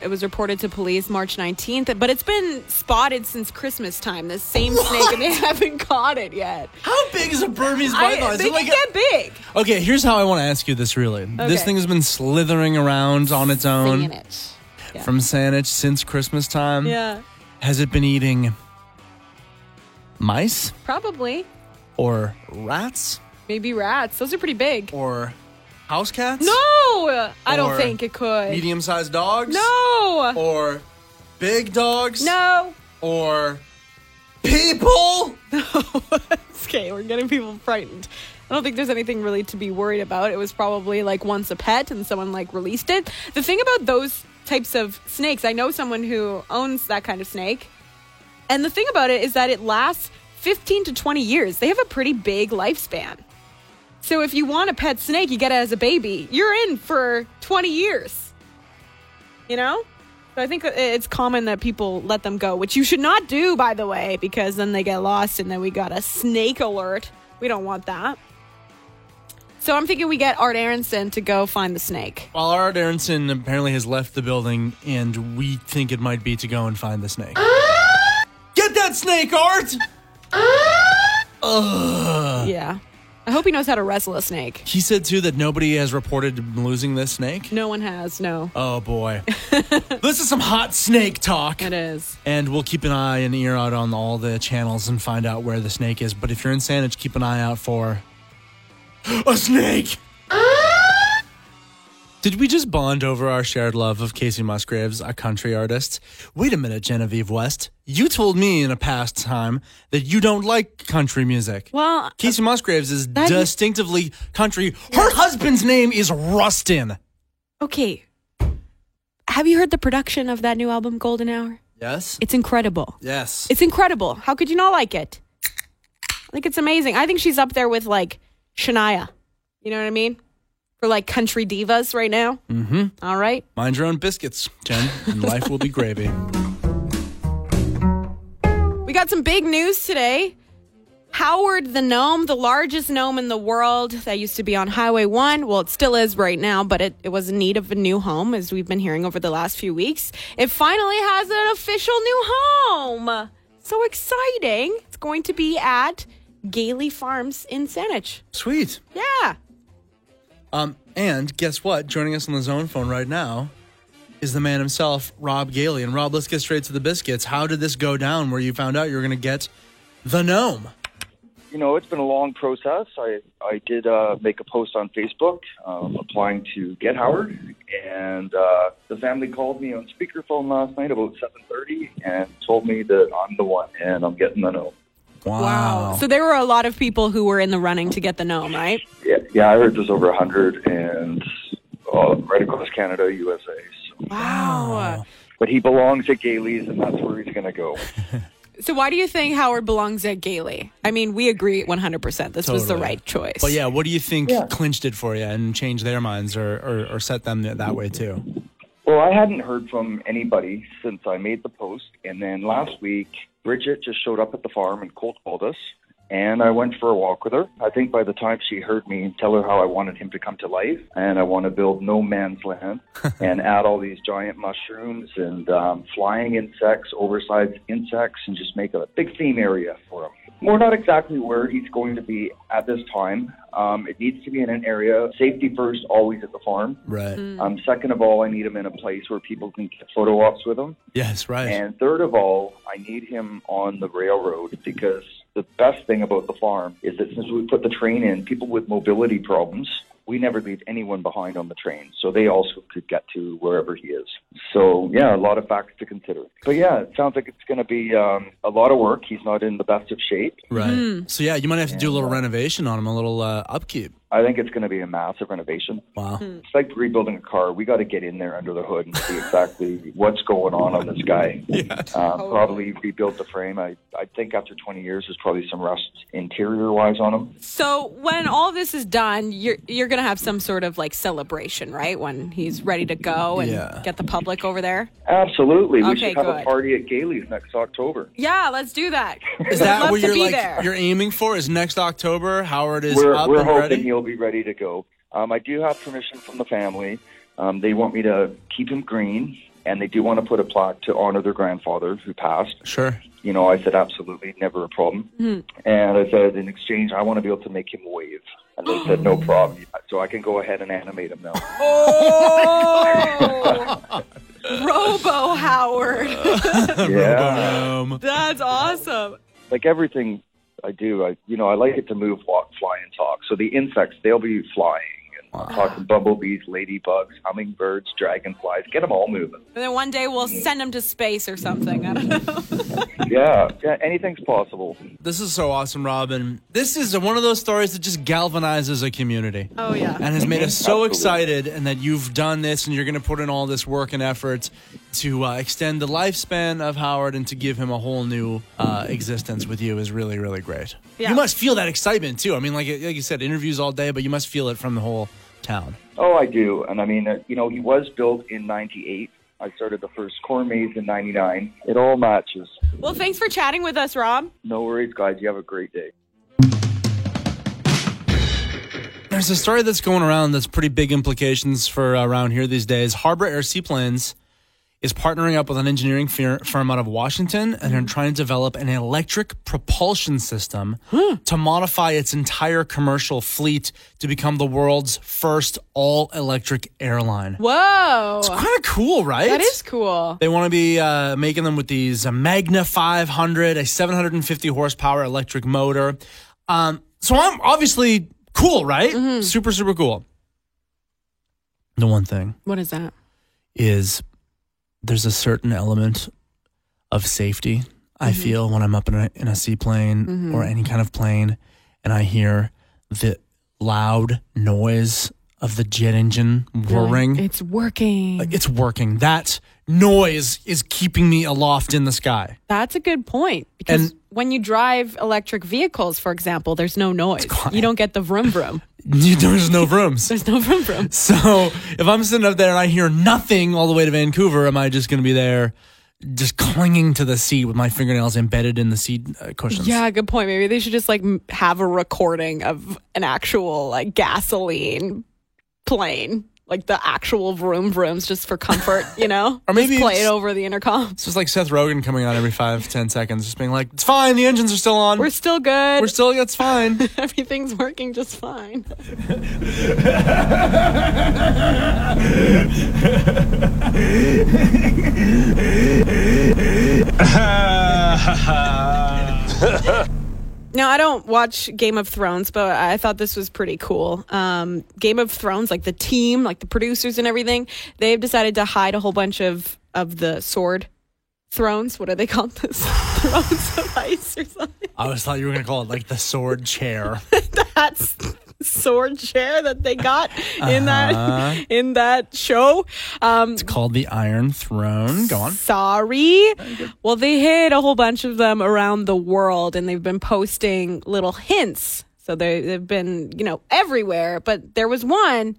Speaker 2: It was reported to police March 19th, but it's been spotted since Christmas time. The same snake, and they *laughs* haven't caught it yet.
Speaker 1: How big is a Burmese
Speaker 2: I-
Speaker 1: python? Is
Speaker 2: they
Speaker 1: it like
Speaker 2: can get big.
Speaker 1: a- okay, here's how I want to ask you this. Really, this
Speaker 2: Okay.
Speaker 1: thing has been slithering around on its own
Speaker 2: Saanich.
Speaker 1: from Saanich since Christmas time.
Speaker 2: Yeah,
Speaker 1: Has it been eating mice
Speaker 2: probably.
Speaker 1: or rats?
Speaker 2: Maybe rats. Those are pretty big.
Speaker 1: or house cats?
Speaker 2: No, I
Speaker 1: Or
Speaker 2: don't think it could.
Speaker 1: Medium sized dogs?
Speaker 2: no,
Speaker 1: Or big dogs?
Speaker 2: no. *laughs*
Speaker 1: Or people?
Speaker 2: Okay, we're getting people frightened. I don't think there's anything really to be worried about. It was probably like once a pet and someone like released it. The thing about those types of snakes, I know someone who owns that kind of snake. And the thing about it is that it lasts 15 to 20 years. They have a pretty big lifespan. So if you want a pet snake, you get it as a baby. You're in for 20 years. You know? So I think that it's common that people let them go, which you should not do, by the way, because then they get lost and then we got a snake alert. We don't want that. So I'm thinking we get Art Aronson to go find the snake.
Speaker 1: Well, Art Aronson apparently has left the building, and we think it might be to go and find the snake. Get that snake, Art! Ugh.
Speaker 2: Yeah. I hope he knows how to wrestle a snake.
Speaker 1: He said, too, that nobody has reported losing this snake.
Speaker 2: No one has, no.
Speaker 1: Oh,
Speaker 2: *laughs*
Speaker 1: boy. this is some hot snake talk.
Speaker 2: It is.
Speaker 1: And we'll keep an eye and ear out on all the channels and find out where the snake is. But if you're in Saanich, keep an eye out for a *gasps* snake. Did we just bond over our shared love of Casey Musgraves, a country artist? Wait a minute, Genevieve West. You told me in a past time that you don't like country music.
Speaker 2: Well,
Speaker 1: Casey Musgraves is
Speaker 2: That is-
Speaker 1: distinctively country. Her husband's name is Rustin.
Speaker 2: okay. Have you heard the production of that new album, Golden Hour?
Speaker 1: Yes.
Speaker 2: It's incredible.
Speaker 1: Yes.
Speaker 2: It's incredible. How could you not like it? I think it's amazing. I think she's up there with like Shania. You know what I mean? For like country divas right now. Mm-hmm. All right.
Speaker 1: Mind your own biscuits, Jen, and life will be gravy.
Speaker 2: We got some big news today. Howard the Gnome, the largest gnome in the world that used to be on Highway 1. Well, it still is right now, but it, it was in need of a new home, as we've been hearing over the last few weeks. It finally has an official new home. So exciting. It's going to be at Gailey Farms in Saanich.
Speaker 1: Sweet.
Speaker 2: Yeah.
Speaker 1: Um, and guess what? Joining us on the zone phone right now is the man himself, Rob Gailey. And Rob, let's get straight to the biscuits. How did this go down where you found out you were going to get the gnome?
Speaker 4: you know, it's been a long process. I I did uh, make a post on Facebook um, applying to get Howard, and uh, the family called me on speakerphone last night about seven thirty and told me that I'm the one and I'm getting the no.
Speaker 2: So there were a lot of people who were in the running to get the gnome, right?
Speaker 4: Yeah, yeah, I heard there's over a hundred and uh, right across Canada, USA. So.
Speaker 2: Wow.
Speaker 4: But he belongs at Gailey's, and that's where he's going to go.
Speaker 2: So why do you think Howard belongs at Gailey? I mean, we agree 100%. This was the
Speaker 1: Totally.
Speaker 2: right choice.
Speaker 1: But yeah, what do you think clinched it for you and changed their minds or, or, or set them th- that way too?
Speaker 4: Well, I hadn't heard from anybody since I made the post. And then last week, Bridget just showed up at the farm and cold called us. And I went for a walk with her. I think by the time she heard me tell her how I wanted him to come to life and I want to build no man's land and add all these giant mushrooms and um, flying insects, oversized insects, and just make it a big theme area for him. We're not exactly where he's going to be at this time. Um, it needs to be in an area, safety first, always at the farm.
Speaker 1: Right.
Speaker 4: Um, second of all, I need him in a place where people can get photo ops with him.
Speaker 1: Yes, right.
Speaker 4: And third of all, I need him on the railroad because the best thing about the farm is that since we put the train in, people with mobility problems, we never leave anyone behind on the train. So they also could get to wherever he is. So, yeah, a lot of facts to consider. But yeah, it sounds like it's going to be um, a lot of work. He's not in the best of shape.
Speaker 1: right.
Speaker 2: Mm.
Speaker 1: So yeah, you might have to do a little renovation on them, a little uh, upkeep.
Speaker 4: I think it's going to be a massive renovation.
Speaker 1: Wow.
Speaker 2: Mm.
Speaker 4: It's like rebuilding a car. We got to get in there under the hood and see exactly what's going on on this guy. Uh, probably rebuild the frame. I, I think after 20 years, there's probably some rust interior wise on him.
Speaker 2: So when all this is done, you're you're gonna have some sort of like celebration, right? When he's ready to go and
Speaker 1: Yeah.
Speaker 2: get the public over there.
Speaker 4: Absolutely. We
Speaker 2: Okay,
Speaker 4: should have
Speaker 2: good.
Speaker 4: a party at Gailey's next October.
Speaker 2: Yeah, let's
Speaker 1: *laughs*
Speaker 2: do that.
Speaker 1: Is that
Speaker 2: Love
Speaker 1: what
Speaker 2: to
Speaker 1: you're
Speaker 2: be
Speaker 1: like
Speaker 2: there.
Speaker 1: you're aiming for? Is next October Howard is
Speaker 4: we're
Speaker 1: up
Speaker 4: we're
Speaker 1: and
Speaker 4: hoping
Speaker 1: ready?
Speaker 4: he'll be ready to go. Um, I do have permission from the family. Um, they want me to keep him green, and they do want to put a plaque to honor their grandfather who passed.
Speaker 1: Sure.
Speaker 4: You know, I said, absolutely, never a problem. And I said, in exchange, I want to be able to make him wave. And they said, no problem. So I can go ahead and animate him now.
Speaker 2: Oh, Robo Howard.
Speaker 4: yeah.
Speaker 1: Um,
Speaker 2: That's awesome.
Speaker 4: Like everything I do, I, you know, I like it to move, walk, fly, and talk. So the insects, they'll be flying. And I'm talking bumblebees, ladybugs, hummingbirds, dragonflies. Get them all moving.
Speaker 2: And then one day we'll send him to space or something. *laughs* I don't know.
Speaker 4: Yeah. yeah anything's possible.
Speaker 1: This is so awesome, Robin. This is one of those stories that just galvanizes a community.
Speaker 2: Oh yeah.
Speaker 1: And has made us so
Speaker 4: Absolutely.
Speaker 1: excited, and that you've done this, and you're going to put in all this work and effort to uh, extend the lifespan of Howard and to give him a whole new uh, existence with you is really, really great.
Speaker 2: Yeah.
Speaker 1: You must feel that excitement too. I mean, like like you said, interviews all day, but you must feel it from the whole town.
Speaker 4: Oh, I do. And I mean, uh, you know, he was built in 98. I started the first corn maze in 99. It all matches.
Speaker 2: Well, thanks for chatting with us, Rob.
Speaker 4: No worries, guys. You have a great day.
Speaker 1: There's a story that's going around that's pretty big implications for uh, around here these days. Harbor Air Seaplanes is partnering up with an engineering fir- firm out of Washington and are
Speaker 2: Mm.
Speaker 1: trying to develop an electric propulsion system
Speaker 2: Hmm.
Speaker 1: to modify its entire commercial fleet to become the world's first all electric airline.
Speaker 2: Whoa,
Speaker 1: Kind of cool, right?
Speaker 2: that is cool.
Speaker 1: They want to be uh, making them with these uh, Magna 500, a 750 horsepower electric motor. Um, so I'm obviously cool, right? Super, super cool. The one thing
Speaker 2: What is that?
Speaker 1: is there's a certain element of safety I feel when I'm up in a, in a seaplane or any kind of plane and I hear the loud noise of the jet engine whirring.
Speaker 2: It's working.
Speaker 1: Like, it's working. That noise is keeping me aloft in the sky. *laughs*
Speaker 2: That's a good point because
Speaker 1: And-
Speaker 2: when you drive electric vehicles, for example, there's no noise. You don't get the vroom vroom.
Speaker 1: There's no rooms.
Speaker 2: *laughs* There's no room
Speaker 1: *laughs*
Speaker 2: room.
Speaker 1: So if I'm sitting up there and I hear nothing all the way to Vancouver, am I just going to be there, just clinging to the seat with my fingernails embedded in the seat uh, cushions?
Speaker 2: Yeah, good point. Maybe they should just like m- have a recording of an actual like gasoline plane, like the actual vroom vrooms, just for comfort, you know?
Speaker 1: *laughs* Or maybe
Speaker 2: just play it
Speaker 1: it's-
Speaker 2: over the intercom. *laughs*
Speaker 1: It's just like Seth Rogen coming on every five, ten seconds, just being like, "It's fine. The engines are still on.
Speaker 2: We're still good.
Speaker 1: We're still. It's
Speaker 2: *laughs*
Speaker 1: fine."
Speaker 2: Everything's working just fine. Now, I don't watch Game of Thrones, but I thought this was pretty cool. Um, Game of Thrones, like the team, like the producers and everything, they've decided to hide a whole bunch of of the sword thrones. What are they called? *laughs* The thrones of ice or something?
Speaker 1: I always thought you were going to call it like the sword chair.
Speaker 2: That's sword chair that they got in
Speaker 1: Uh-huh.
Speaker 2: that in that show. Um,
Speaker 1: called the Iron Throne. Go on.
Speaker 2: Sorry. Well, they hid a whole bunch of them around the world and they've been posting little hints. So they, they've been, you know, everywhere. But there was one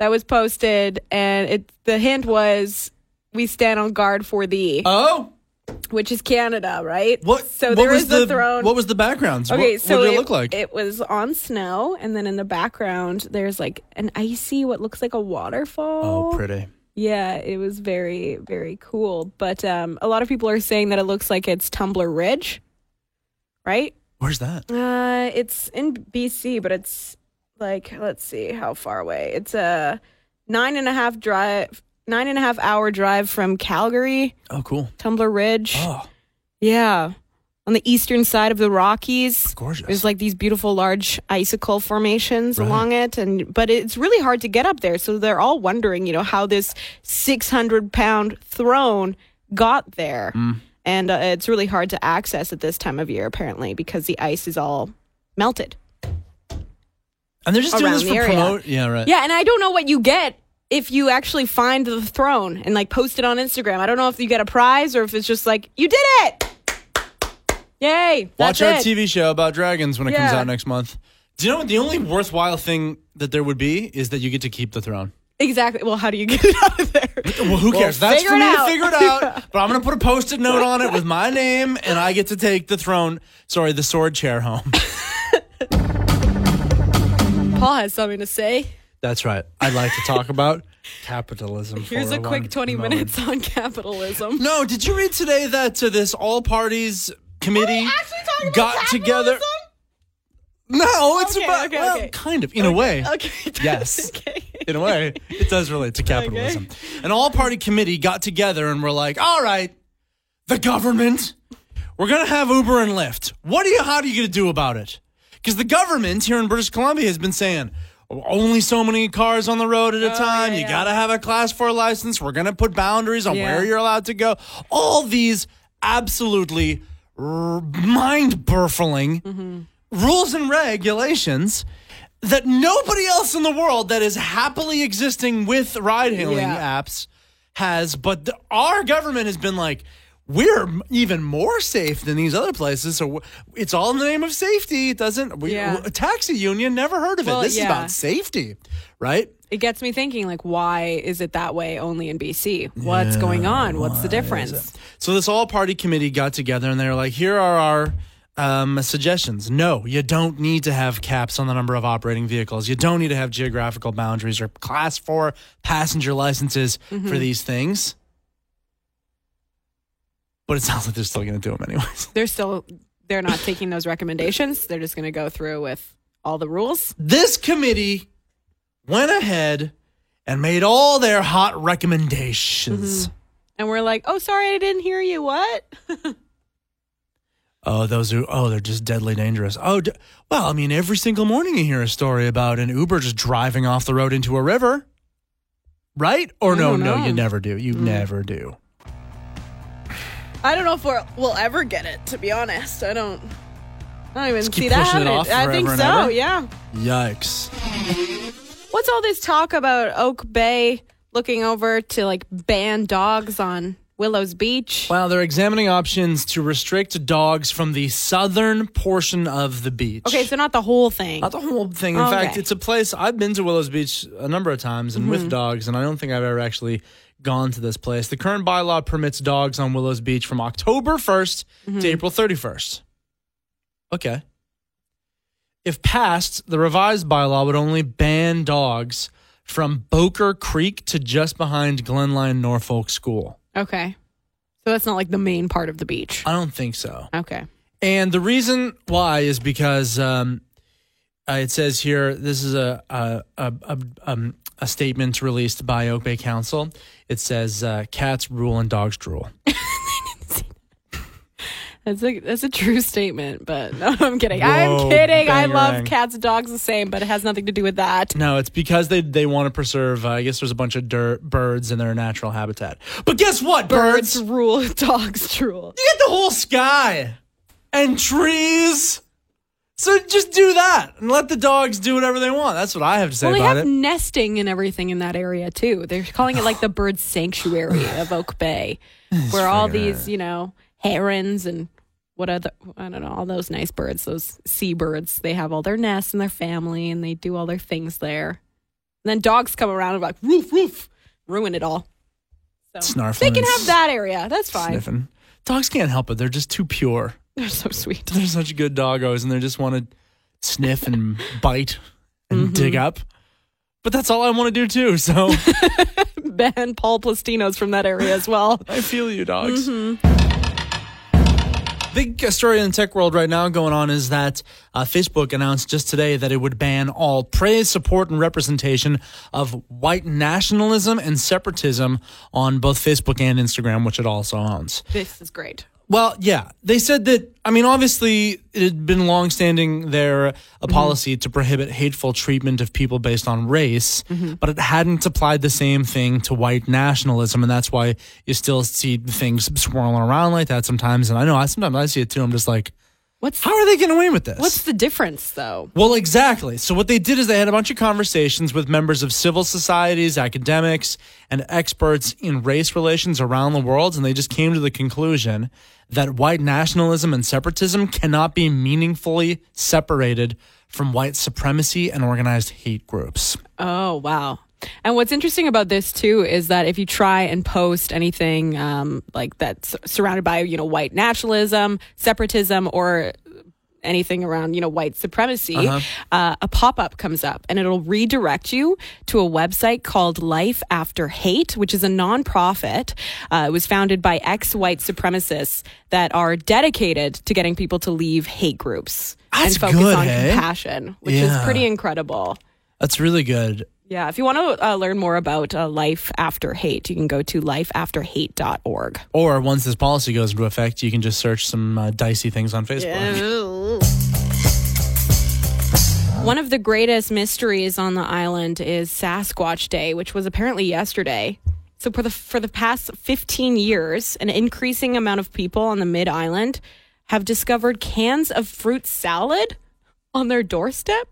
Speaker 2: that was posted and it the hint was we stand on guard for thee,
Speaker 1: Oh,
Speaker 2: which is Canada, right?
Speaker 1: what?
Speaker 2: So
Speaker 1: what
Speaker 2: there
Speaker 1: was
Speaker 2: is the, throne.
Speaker 1: What was the backgrounds?
Speaker 2: Okay,
Speaker 1: what,
Speaker 2: so
Speaker 1: what did
Speaker 2: it,
Speaker 1: it look like?
Speaker 2: it was on snow, and then in the background there's like an icy, what looks like a waterfall.
Speaker 1: oh, pretty.
Speaker 2: Yeah, it was very, very cool. But um, a lot of people are saying that it looks like it's Tumbler Ridge, right?
Speaker 1: Where's that?
Speaker 2: Uh, it's in BC, but it's like, let's see how far away. It's a nine and a half drive, nine and a half hour drive from Calgary,
Speaker 1: Oh, cool.
Speaker 2: Tumbler Ridge.
Speaker 1: Oh,
Speaker 2: Yeah. On the eastern side of the Rockies.
Speaker 1: gorgeous.
Speaker 2: There's like these beautiful large icicle formations
Speaker 1: Right.
Speaker 2: along it, and but it's really hard to get up there. So they're all wondering, you know, how this 600 pound throne got there,
Speaker 1: Mm.
Speaker 2: and uh, it's really hard to access at this time of year apparently because the ice is all melted.
Speaker 1: and they're just doing
Speaker 2: around
Speaker 1: this for
Speaker 2: the area.
Speaker 1: promote. Yeah, right.
Speaker 2: Yeah, and I don't know what you get if you actually find the throne and like post it on Instagram. I don't know if you get a prize or if it's just like you did it. Yay!
Speaker 1: Watch
Speaker 2: that's
Speaker 1: our
Speaker 2: it.
Speaker 1: TV show about dragons when it comes
Speaker 2: Yeah.
Speaker 1: out next month. Do you know what the only worthwhile thing that there would be is that you get to keep the throne?
Speaker 2: Exactly. Well, how do you get it out of there?
Speaker 1: Well, who cares? That's
Speaker 2: figure
Speaker 1: for
Speaker 2: it
Speaker 1: me to
Speaker 2: out.
Speaker 1: figure *laughs* it out. But I'm gonna put a post-it note on it with my name, and I get to take the throne. Sorry, the sword chair home.
Speaker 2: Paul has something to say.
Speaker 1: *laughs* That's right. I'd like to talk about capitalism. for
Speaker 2: Here's a
Speaker 1: one
Speaker 2: quick 20
Speaker 1: moment.
Speaker 2: minutes on capitalism.
Speaker 1: No, did you read today that uh, this all parties committee got together? No, it's
Speaker 2: Okay,
Speaker 1: about
Speaker 2: okay,
Speaker 1: well,
Speaker 2: okay.
Speaker 1: kind of in a way.
Speaker 2: *laughs* Okay.
Speaker 1: Yes.
Speaker 2: okay.
Speaker 1: in a way, it does relate
Speaker 2: *laughs*
Speaker 1: to capitalism. An all party committee got together and were like, all right, the government, we're going to have Uber and Lyft. What are you, how are you going to do about it? Because the government here in British Columbia has been saying, only so many cars on the road at a time.
Speaker 2: Oh, yeah,
Speaker 1: you
Speaker 2: yeah.
Speaker 1: got to have a class four license. We're going to put boundaries on
Speaker 2: Yeah.
Speaker 1: where you're allowed to go. All these absolutely mind burfling rules and regulations that nobody else in the world that is happily existing with ride hailing
Speaker 2: Yeah.
Speaker 1: apps has, but the, our government has been like, we're m- even more safe than these other places. So w- it's all in the name of safety. It doesn't, we,
Speaker 2: Yeah.
Speaker 1: a taxi union never heard of
Speaker 2: Well,
Speaker 1: it. This
Speaker 2: yeah.
Speaker 1: is about safety, right?
Speaker 2: It gets me thinking, like, why is it that way only in BC? What's going on? What's the difference?
Speaker 1: So this all party committee got together and they were like, here are our um, suggestions. No, you don't need to have caps on the number of operating vehicles. You don't need to have geographical boundaries or class four passenger licenses for these things. But it sounds like they're still going to do them
Speaker 2: *laughs*
Speaker 1: anyways.
Speaker 2: They're still, they're not taking those recommendations. They're just going to go through with all the rules.
Speaker 1: This committee went ahead and made all their hot recommendations.
Speaker 2: And we're like, oh, sorry, I didn't hear you. What? *laughs*
Speaker 1: Oh, those who, oh, they're just deadly dangerous. Oh, d- well, I mean, every single morning you hear a story about an Uber just driving off the road into a river. Right? Or no,
Speaker 2: don't
Speaker 1: no,
Speaker 2: know. Mm.
Speaker 1: you never do. You never do.
Speaker 2: I don't know if we're, we'll ever get it, to be honest. I don't, I don't even
Speaker 1: keep
Speaker 2: see that
Speaker 1: pushing it off
Speaker 2: happening. I think
Speaker 1: forever and
Speaker 2: so,
Speaker 1: ever?
Speaker 2: yeah.
Speaker 1: Yikes.
Speaker 2: What's all this talk about Oak Bay looking over to like ban dogs on Willows Beach.
Speaker 1: Wow, they're examining options to restrict dogs from the southern portion of the beach.
Speaker 2: Okay, so not the whole thing.
Speaker 1: Not the whole thing. In
Speaker 2: Okay.
Speaker 1: fact, it's a place I've been to Willows Beach a number of times and with dogs, and I don't think I've ever actually gone to this place. The current bylaw permits dogs on Willows Beach from October 1st to April 31st. Okay. If passed, the revised bylaw would only ban dogs from Boker Creek to just behind Glenline Norfolk School.
Speaker 2: Okay. So that's not like the main part of the beach.
Speaker 1: I don't think so.
Speaker 2: Okay.
Speaker 1: And the reason why is because um, uh, it says here this is a a, a, a, um, a statement released by Oak Bay Council. It says uh, cats rule and dogs drool.
Speaker 2: That's a that's a true *laughs* statement, but no, I'm kidding.
Speaker 1: Whoa,
Speaker 2: I'm kidding. I love
Speaker 1: bangarang.
Speaker 2: cats and dogs the same, but it has nothing to do with that.
Speaker 1: No, it's because they they want to preserve. Uh, I guess there's a bunch of dirt birds in their natural habitat. But guess what, birds?
Speaker 2: Birds rule, *laughs* dogs drool.
Speaker 1: You get the whole sky and trees. So just do that and let the dogs do whatever they want. That's what I have to say
Speaker 2: Well, they
Speaker 1: about
Speaker 2: have
Speaker 1: it.
Speaker 2: nesting and everything in that area too. They're calling it like the bird sanctuary
Speaker 1: *sighs*
Speaker 2: of Oak Bay, where all
Speaker 1: figure it
Speaker 2: these, you know, herons and what other I don't know, all those nice birds, those seabirds, they have all their nests and their family and they do all their things there. And then dogs come around and like roof roof ruin it all. So
Speaker 1: Snarfling
Speaker 2: they can
Speaker 1: and
Speaker 2: have that area. That's fine.
Speaker 1: sniffing. Dogs can't help it. They're just too pure.
Speaker 2: *laughs*
Speaker 1: *laughs*
Speaker 2: They're so sweet.
Speaker 1: They're such good doggos and they just want to sniff and *laughs* bite and dig up. But that's all I want to do too. So
Speaker 2: Ben Paul Plastino's from that area as well.
Speaker 1: I feel you, dogs. Big story in the tech world right now going on is that uh, Facebook announced just today that it would ban all praise, support, and representation of white nationalism and separatism on both Facebook and Instagram, which it also owns.
Speaker 2: This is great.
Speaker 1: Well, yeah, they said that. I mean, obviously, it had been longstanding their a policy to prohibit hateful treatment of people based on race, but it hadn't applied the same thing to white nationalism, and that's why you still see things swirling around like that sometimes. And I know I sometimes I see it too. I'm just like,
Speaker 2: What's
Speaker 1: how are they getting away with this?
Speaker 2: what's the difference though?
Speaker 1: Well, exactly. So, what they did is they had a bunch of conversations with members of civil societies, academics, and experts in race relations around the world, and they just came to the conclusion that white nationalism and separatism cannot be meaningfully separated from white supremacy and organized hate groups.
Speaker 2: Oh, wow. And what's interesting about this too is that if you try and post anything um, like that's surrounded by you know white nationalism, separatism, or anything around you know white supremacy,
Speaker 1: Uh-huh.
Speaker 2: uh a pop up comes up and it'll redirect you to a website called Life After Hate, which is a nonprofit. Uh, it was founded by ex white supremacists that are dedicated to getting people to leave hate groups
Speaker 1: That's
Speaker 2: and focus
Speaker 1: good,
Speaker 2: on
Speaker 1: hey?
Speaker 2: compassion, which
Speaker 1: Yeah.
Speaker 2: is pretty incredible.
Speaker 1: That's really good.
Speaker 2: Yeah, if you want to uh, learn more about uh, life after hate, you can go to lifeafterhate.org.
Speaker 1: Or once this policy goes into effect, you can just search some uh, dicey things on Facebook.
Speaker 2: One of the greatest mysteries on the island is Sasquatch Day, which was apparently yesterday. So for the for the past 15 years, an increasing amount of people on the mid island have discovered cans of fruit salad on their doorstep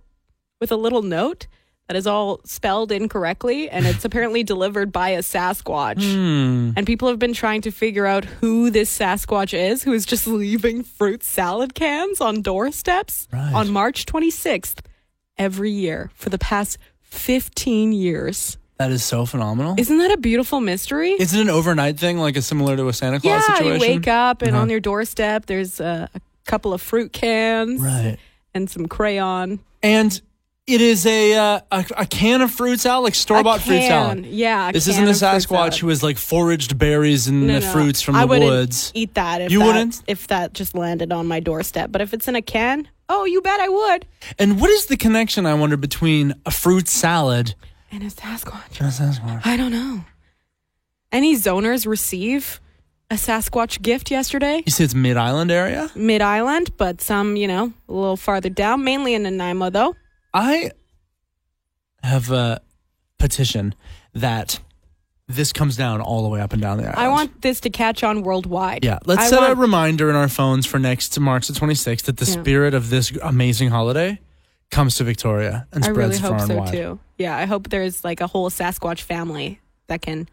Speaker 2: with a little note that is all spelled incorrectly and it's apparently delivered by a Sasquatch.
Speaker 1: Hmm.
Speaker 2: And people have been trying to figure out who this Sasquatch is who is just leaving fruit salad cans on doorsteps
Speaker 1: Right.
Speaker 2: on March 26th every year for the past 15 years.
Speaker 1: That is so phenomenal.
Speaker 2: Isn't that a beautiful mystery?
Speaker 1: Is it an overnight thing, like a similar to a Santa Claus
Speaker 2: yeah,
Speaker 1: situation?
Speaker 2: you wake up and
Speaker 1: Uh-huh.
Speaker 2: on your doorstep there's a, a couple of fruit cans
Speaker 1: Right.
Speaker 2: and some crayon.
Speaker 1: and it is a uh, a, a can of fruit salad, like store bought
Speaker 2: A
Speaker 1: fruit
Speaker 2: can.
Speaker 1: salad.
Speaker 2: Yeah, a
Speaker 1: this
Speaker 2: can
Speaker 1: isn't a
Speaker 2: of fruit salad.
Speaker 1: Sasquatch who has like foraged berries and
Speaker 2: No,
Speaker 1: the
Speaker 2: no,
Speaker 1: fruits from
Speaker 2: I
Speaker 1: the
Speaker 2: wouldn't
Speaker 1: woods.
Speaker 2: Eat that. If
Speaker 1: You
Speaker 2: that-
Speaker 1: wouldn't?
Speaker 2: if that just landed on my doorstep. But if it's in a can, oh, you bet I would.
Speaker 1: And what is the connection? I wonder between a fruit salad
Speaker 2: And a Sasquatch.
Speaker 1: and a Sasquatch.
Speaker 2: I don't know. Any zoners receive a Sasquatch gift yesterday?
Speaker 1: You say it's Mid Island area.
Speaker 2: Mid Island, but some, you know, a little farther down, mainly in Nanaimo though.
Speaker 1: I have a petition that this comes down all the way up and down the island.
Speaker 2: I want this to catch on worldwide.
Speaker 1: Yeah, let's
Speaker 2: I
Speaker 1: set a
Speaker 2: want-
Speaker 1: reminder in our phones for next March the 26th that the
Speaker 2: Yeah.
Speaker 1: spirit of this amazing holiday comes to Victoria and
Speaker 2: I
Speaker 1: spreads
Speaker 2: really
Speaker 1: far
Speaker 2: hope
Speaker 1: and
Speaker 2: so
Speaker 1: wide.
Speaker 2: too. Yeah, I hope there's like a whole Sasquatch family that can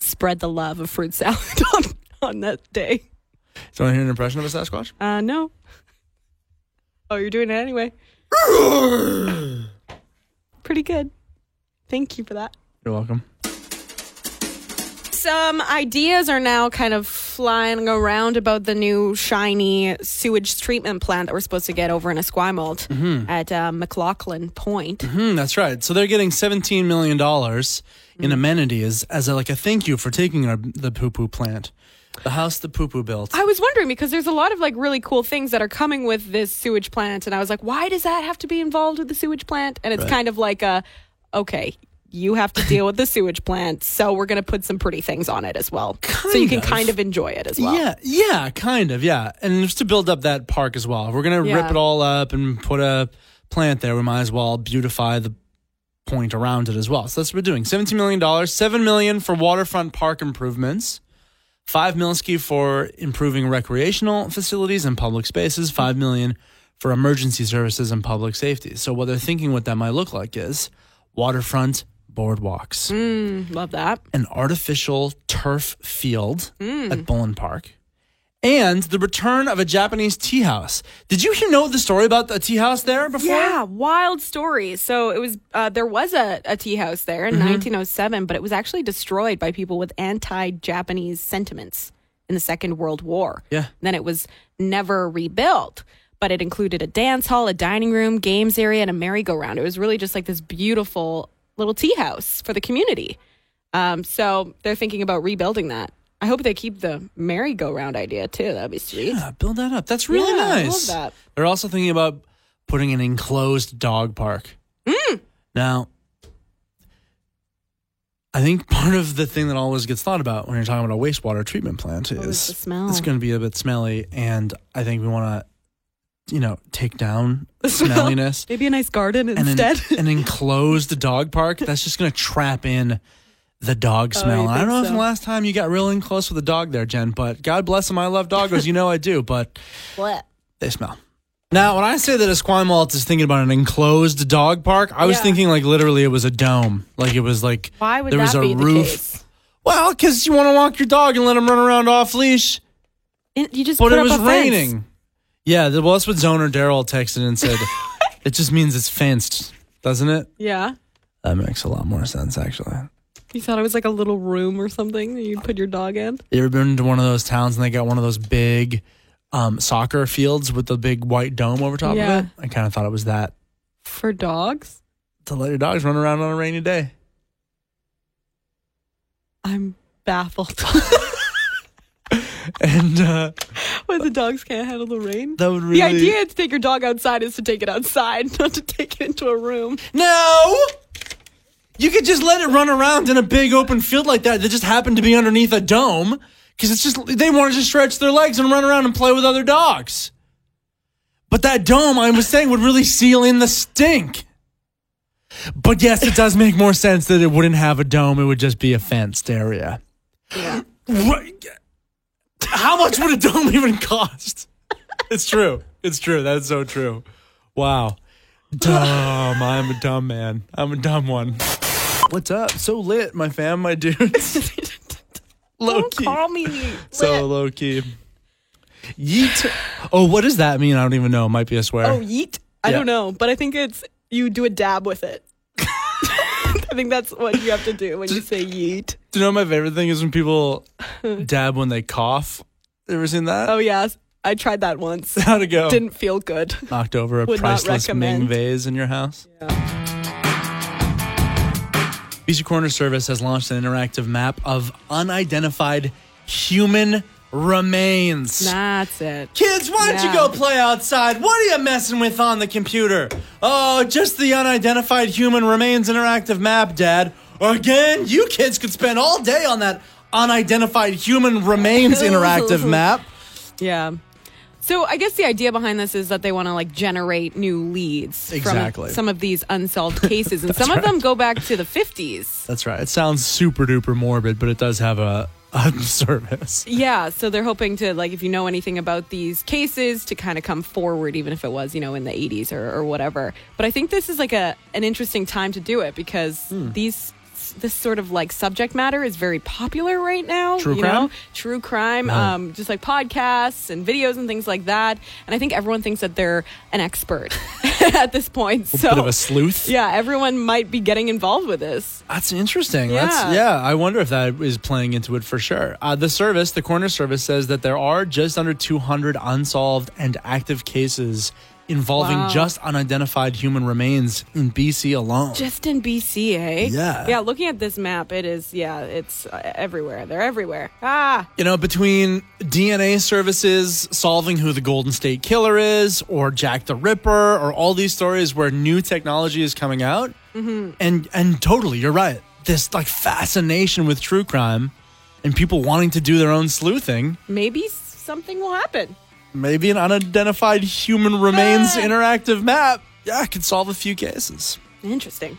Speaker 2: spread the love of fruit salad *laughs* on, on that day.
Speaker 1: Do you want to hear an impression of a Sasquatch?
Speaker 2: Uh, no. Oh, you're doing it anyway. Pretty good. Thank you for that.
Speaker 1: You're welcome.
Speaker 2: Some ideas are now kind of flying around about the new shiny sewage treatment plant that we're supposed to get over in Esquimalt at uh, McLaughlin Point.
Speaker 1: Hmm, that's right. So they're getting seventeen million dollars
Speaker 2: Mm.
Speaker 1: in amenities as a, like a thank you for taking our, the poo poo plant, the house the poo poo built.
Speaker 2: I was wondering because there's a lot of like really cool things that are coming with this sewage plant, and I was like, why does that have to be involved with the sewage plant? And it's kind of like a, okay, you have to deal with the sewage plant, so we're gonna put some pretty things on it as well, so you
Speaker 1: Kind
Speaker 2: can
Speaker 1: of.
Speaker 2: kind of enjoy it as well.
Speaker 1: Yeah, yeah, kind of, yeah. And just to build up that park as well. If we're gonna rip
Speaker 2: Yeah.
Speaker 1: it all up and put a plant there, we might as well beautify the point around it as well. So that's what we're doing. Seventeen million dollars, seven million for waterfront park improvements, five milski for improving recreational facilities and public spaces, five million for emergency services and public safety. So what they're thinking what that might look like is waterfront boardwalks
Speaker 2: Mm, love that.
Speaker 1: an artificial turf field
Speaker 2: Mm.
Speaker 1: at Bullen Park, and the return of a Japanese tea house. Did you hear know the story about the tea house there before?
Speaker 2: Yeah, wild stories. So it was uh, there was a, a tea house there in
Speaker 1: Mm-hmm.
Speaker 2: 1907, but it was actually destroyed by people with anti-Japanese sentiments in the Second World War.
Speaker 1: Yeah.
Speaker 2: Then it was never rebuilt, but it included a dance hall, a dining room, games area, and a merry-go-round. It was really just like this beautiful little tea house for the community. Um, so they're thinking about rebuilding that. I hope they keep the merry-go-round idea too. That'd be sweet.
Speaker 1: Yeah, build that up. That's really
Speaker 2: Yeah, I love
Speaker 1: nice.
Speaker 2: that.
Speaker 1: They're also thinking about putting an enclosed dog park.
Speaker 2: Mm.
Speaker 1: Now, I think part of the thing that always gets thought about when you're talking about a wastewater treatment plant
Speaker 2: What was
Speaker 1: is
Speaker 2: the smell?
Speaker 1: it's going to be a bit smelly, and I think we want to, you know, take down
Speaker 2: *laughs* The smell.
Speaker 1: smelliness.
Speaker 2: Maybe a nice garden
Speaker 1: an,
Speaker 2: instead.
Speaker 1: *laughs* an enclosed dog park that's just going to trap in the dog
Speaker 2: Oh,
Speaker 1: smell.
Speaker 2: you
Speaker 1: I don't
Speaker 2: think
Speaker 1: know if
Speaker 2: so?
Speaker 1: the last time you got real in close with a dog there, Jen, but God bless them. I love doggos. you know I do, but
Speaker 2: Blech.
Speaker 1: they smell. Now, when I say that Esquimalt is thinking about an enclosed dog park, I was
Speaker 2: Yeah.
Speaker 1: thinking like literally it was a dome. Like it was like
Speaker 2: Why would
Speaker 1: there was
Speaker 2: that
Speaker 1: a
Speaker 2: be
Speaker 1: roof.
Speaker 2: the case?
Speaker 1: Well, because you want to walk your dog and let him run around off leash,
Speaker 2: It- you just
Speaker 1: but
Speaker 2: put
Speaker 1: it
Speaker 2: up
Speaker 1: was
Speaker 2: a fence.
Speaker 1: raining. Yeah, th- well, that's what Zoner Daryl texted and
Speaker 2: *laughs*
Speaker 1: said. it just means it's fenced, doesn't it?
Speaker 2: Yeah.
Speaker 1: That makes a lot more sense, actually.
Speaker 2: You thought it was like a little room or something that you'd put your dog in?
Speaker 1: You ever been to one of those towns and they got one of those big um, soccer fields with the big white dome over top
Speaker 2: Yeah.
Speaker 1: of it? I kind of thought it was that
Speaker 2: For dogs?
Speaker 1: to let your dogs run around on a rainy day. *laughs*
Speaker 2: I'm baffled. *laughs*
Speaker 1: And uh,
Speaker 2: when the dogs can't handle the rain?
Speaker 1: that would really.
Speaker 2: The idea to take your dog outside is to take it outside, *laughs* not to take it into a room. *laughs*
Speaker 1: No! You could just let it run around in a big open field like that that just happened to be underneath a dome because it's just, they wanted to stretch their legs and run around and play with other dogs. But that dome, I was saying, would really seal in the stink. But yes, it does make more sense that it wouldn't have a dome, it would just be a fenced area.
Speaker 2: Yeah.
Speaker 1: What? How much would a dome even cost? It's true. It's true. That's so true. Wow. Dumb. I'm a dumb man. I'm a dumb one. What's up? So lit, my fam, my *laughs* dudes. low
Speaker 2: Don't
Speaker 1: key.
Speaker 2: call me.
Speaker 1: *laughs* So
Speaker 2: Lit.
Speaker 1: low key. Yeet. Oh, what does that mean? I don't even know. It might be a swear.
Speaker 2: Oh, yeet. I
Speaker 1: uh, Yeah.
Speaker 2: don't know, but I think it's you do a dab with it. *laughs* I think that's what you have to do when you say yeet.
Speaker 1: Do you know my favorite thing is when
Speaker 2: *laughs*
Speaker 1: people dab when they cough? Ever seen that?
Speaker 2: Oh, yes. I tried that once.
Speaker 1: *laughs* How'd it go?
Speaker 2: Didn't feel good.
Speaker 1: Knocked over a
Speaker 2: Would not
Speaker 1: priceless Ming
Speaker 2: recommend.
Speaker 1: vase in your house? BC Corner Service has launched an interactive map of unidentified human remains.
Speaker 2: That's it.
Speaker 1: Kids, why don't you
Speaker 2: Yeah.
Speaker 1: go play outside? What are you messing with on the computer? Oh, just the unidentified human remains interactive map, Dad. Again, you kids could spend all day on that unidentified human remains interactive map.
Speaker 2: Yeah. So I guess the idea behind this is that they want to like generate new leads
Speaker 1: Exactly.
Speaker 2: from some of these unsolved cases, and some of them go back to the 50s.
Speaker 1: That's right. It sounds super duper morbid, but it does have a, a *laughs* service.
Speaker 2: Yeah, so they're hoping to like if you know anything about these cases to kind of come forward, even if it was you know in the
Speaker 1: Hmm.
Speaker 2: 80s or, or whatever. But I think this is like a an interesting time to do it because these this this sort of like subject matter is very popular right now.
Speaker 5: True
Speaker 2: you
Speaker 5: crime?
Speaker 2: know, true crime,
Speaker 1: Uh-huh.
Speaker 5: Yeah.
Speaker 2: um, just like podcasts and videos and things like that. And I think everyone thinks that they're an expert *laughs* at this point. so
Speaker 1: Bit of a sleuth.
Speaker 2: yeah, everyone might be getting involved with this.
Speaker 1: That's interesting. That's
Speaker 2: Yeah.
Speaker 1: yeah. I wonder if that is playing into it for sure. Uh, the service, the corner service, says that there are just under 200 unsolved and active cases involving
Speaker 2: Wow.
Speaker 1: just unidentified human remains in BC alone.
Speaker 2: Just in BC, eh?
Speaker 1: Yeah.
Speaker 2: Yeah, looking at this map, it is, yeah, it's uh, everywhere. They're everywhere. Ah,
Speaker 1: you know, between DNA services solving who the Golden State Killer is, or Jack the Ripper, or all these stories where new technology is coming out, and and totally, you're right. This like fascination with true crime, and people wanting to do their own sleuthing.
Speaker 2: maybe s- something will happen.
Speaker 1: Maybe an unidentified human remains interactive map. Yeah, could solve a few cases.
Speaker 2: Interesting.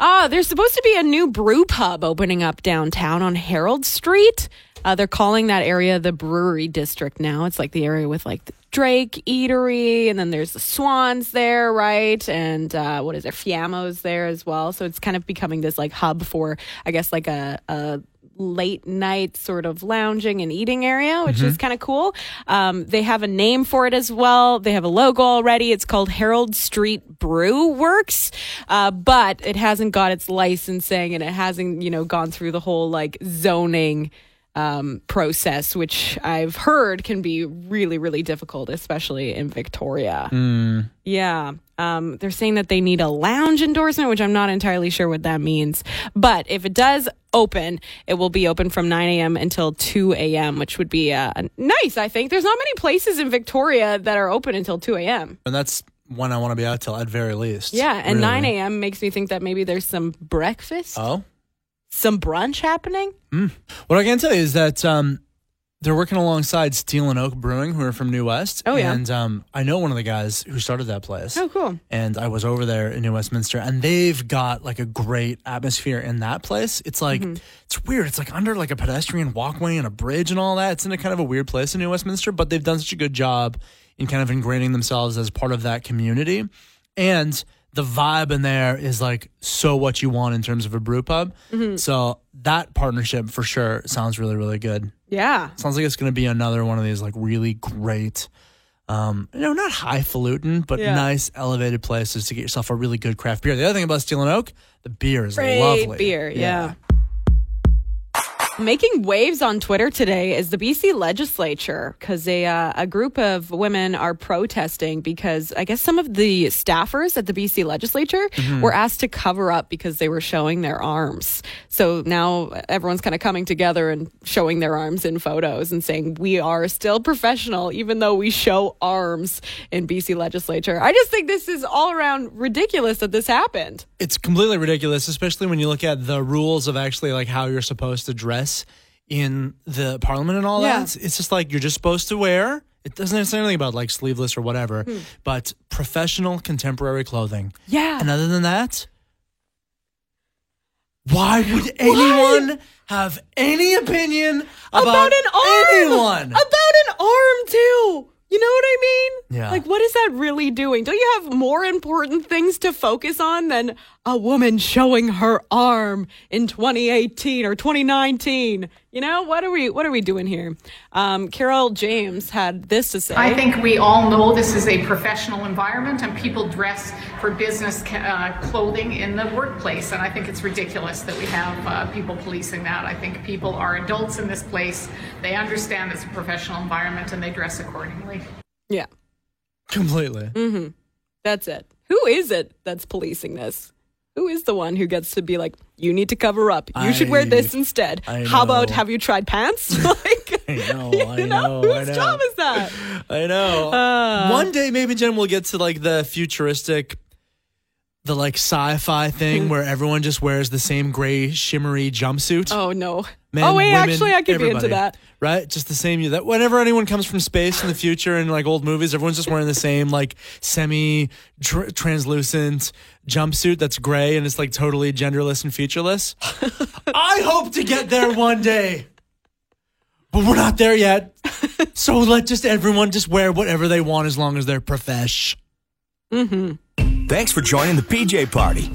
Speaker 2: Ah, there's supposed to be a new brew pub opening up downtown on Harold Street. Uh, they're calling that area the Brewery District now. It's like the area with like the Drake Eatery, and then there's the Swans there, right? And uh, what is there? Fiammo's there as well. So it's kind of becoming this like hub for, I guess, like a, a late night sort of lounging and eating area, which is kind of cool. Um, they have a name for it as well. They have a logo already. It's called Harold Street Brew Works, uh, but it hasn't got its licensing and it hasn't, you know, gone through the whole like zoning um, process, which I've heard can be really, really difficult, especially in Victoria. Yeah. Um, they're saying that they need a lounge endorsement, which I'm not entirely sure what that means. But if it does open, it will be open from 9 a.m. until 2 a.m., which would be uh, nice, I think. There's not many places in Victoria that are open until 2 a.m.
Speaker 1: And that's when I want to be out till at very least.
Speaker 2: Yeah. And
Speaker 1: Really.
Speaker 2: 9 a.m. makes me think that maybe there's some breakfast,
Speaker 1: Oh.
Speaker 2: some brunch happening.
Speaker 1: What I can tell you is that um, they're working alongside Steel and Oak Brewing, who are from New West.
Speaker 2: Oh, yeah.
Speaker 1: And um, I know one of the guys who started that place.
Speaker 2: Oh, cool.
Speaker 1: And I was over there in New Westminster, and they've got like a great atmosphere in that place. It's like, it's weird. It's like under like a pedestrian walkway and a bridge and all that. It's in a kind of a weird place in New Westminster, but they've done such a good job in kind of ingraining themselves as part of that community. And the vibe in there is like so what you want in terms of a brew pub. So that partnership for sure sounds really, really good.
Speaker 2: Yeah.
Speaker 1: Sounds like it's going to be another one of these like really great, um, you know, not highfalutin, but
Speaker 2: Yeah.
Speaker 1: nice elevated places to get yourself a really good craft beer. The other thing about Steel and Oak, the beer is
Speaker 2: Great
Speaker 1: lovely.
Speaker 2: beer, yeah. Making waves on Twitter today is the BC legislature because a, uh, a group of women are protesting because I guess some of the staffers at the BC legislature were asked to cover up because they were showing their arms. So now everyone's kind of coming together and showing their arms in photos and saying, We are still professional, even though we show arms in BC legislature. I just think this is all around ridiculous that this happened.
Speaker 1: It's completely ridiculous, especially when you look at the rules of actually like how you're supposed to dress in the parliament and all
Speaker 2: Yeah.
Speaker 1: that. It's just like you're just supposed to wear. It doesn't say anything about like sleeveless or whatever,
Speaker 2: Hmm.
Speaker 1: but professional contemporary clothing.
Speaker 2: Yeah.
Speaker 1: And other than that, why would anyone have any opinion about,
Speaker 2: about, an arm.
Speaker 1: anyone?
Speaker 2: About an arm too. You know what I mean?
Speaker 1: Yeah.
Speaker 2: Like, what is that really doing? Don't you have more important things to focus on than a woman showing her arm in 2018 or 2019? You know what are we what are we doing here? Um, Carol James had this to say.
Speaker 6: I think we all know this is a professional environment and people dress for business uh, clothing in the workplace. And I think it's ridiculous that we have uh, people policing that. I think people are adults in this place. They understand it's a professional environment and they dress accordingly.
Speaker 2: yeah,
Speaker 1: Completely.
Speaker 2: that's it. Who is it that's policing this? Who is the one who gets to be like, you need to cover up. You should wear
Speaker 1: I-
Speaker 2: this instead.
Speaker 1: I
Speaker 2: How about
Speaker 1: know.
Speaker 2: have you tried pants? *laughs* like,
Speaker 1: *laughs* I know, I
Speaker 2: you
Speaker 1: know, I
Speaker 2: whose
Speaker 1: know.
Speaker 2: job is
Speaker 1: *sighs*
Speaker 2: that?
Speaker 1: I know.
Speaker 2: Uh.
Speaker 1: One day, maybe Jen will get to like the futuristic, the like sci-fi
Speaker 2: Mm.
Speaker 1: thing where everyone just wears the same gray shimmery jumpsuit.
Speaker 2: Oh no.
Speaker 1: Men,
Speaker 2: oh wait,
Speaker 1: women,
Speaker 2: actually, I could be into
Speaker 1: everybody,
Speaker 2: that.
Speaker 1: Right? Just the same. That whenever anyone comes from space in the future and like old movies, everyone's just wearing the same like semi tr- translucent jumpsuit that's gray and it's like totally genderless and
Speaker 2: *laughs*
Speaker 1: featureless. I hope to get there one day, but we're not there yet. So let just everyone just wear whatever they want as long as they're profesh.
Speaker 7: Thanks for joining the PJ Party.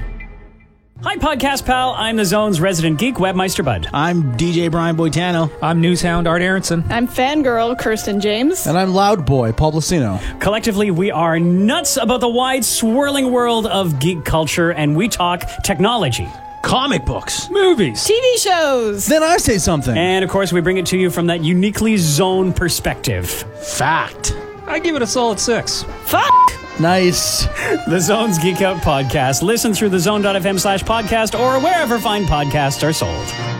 Speaker 8: Hi, podcast pal. I'm the Zone's resident geek, Webmeister Bud.
Speaker 9: I'm DJ Brian Boitano.
Speaker 8: I'm newshound Art Aronson.
Speaker 10: I'm fangirl Kirsten James.
Speaker 9: And I'm Loud Boy, Paul Blasino.
Speaker 8: Collectively, we are nuts about the wide, swirling world of geek culture, and we talk technology,
Speaker 9: Comic books.
Speaker 8: movies,
Speaker 10: TV shows.
Speaker 9: Then I say something.
Speaker 8: and of course, we bring it to you from that uniquely Zone perspective.
Speaker 9: Fact.
Speaker 8: I give it a solid six.
Speaker 10: Fuck.
Speaker 9: Nice.
Speaker 8: The Zone's Geek Out podcast. Listen through the zone.fm slash podcast or wherever fine podcasts are sold.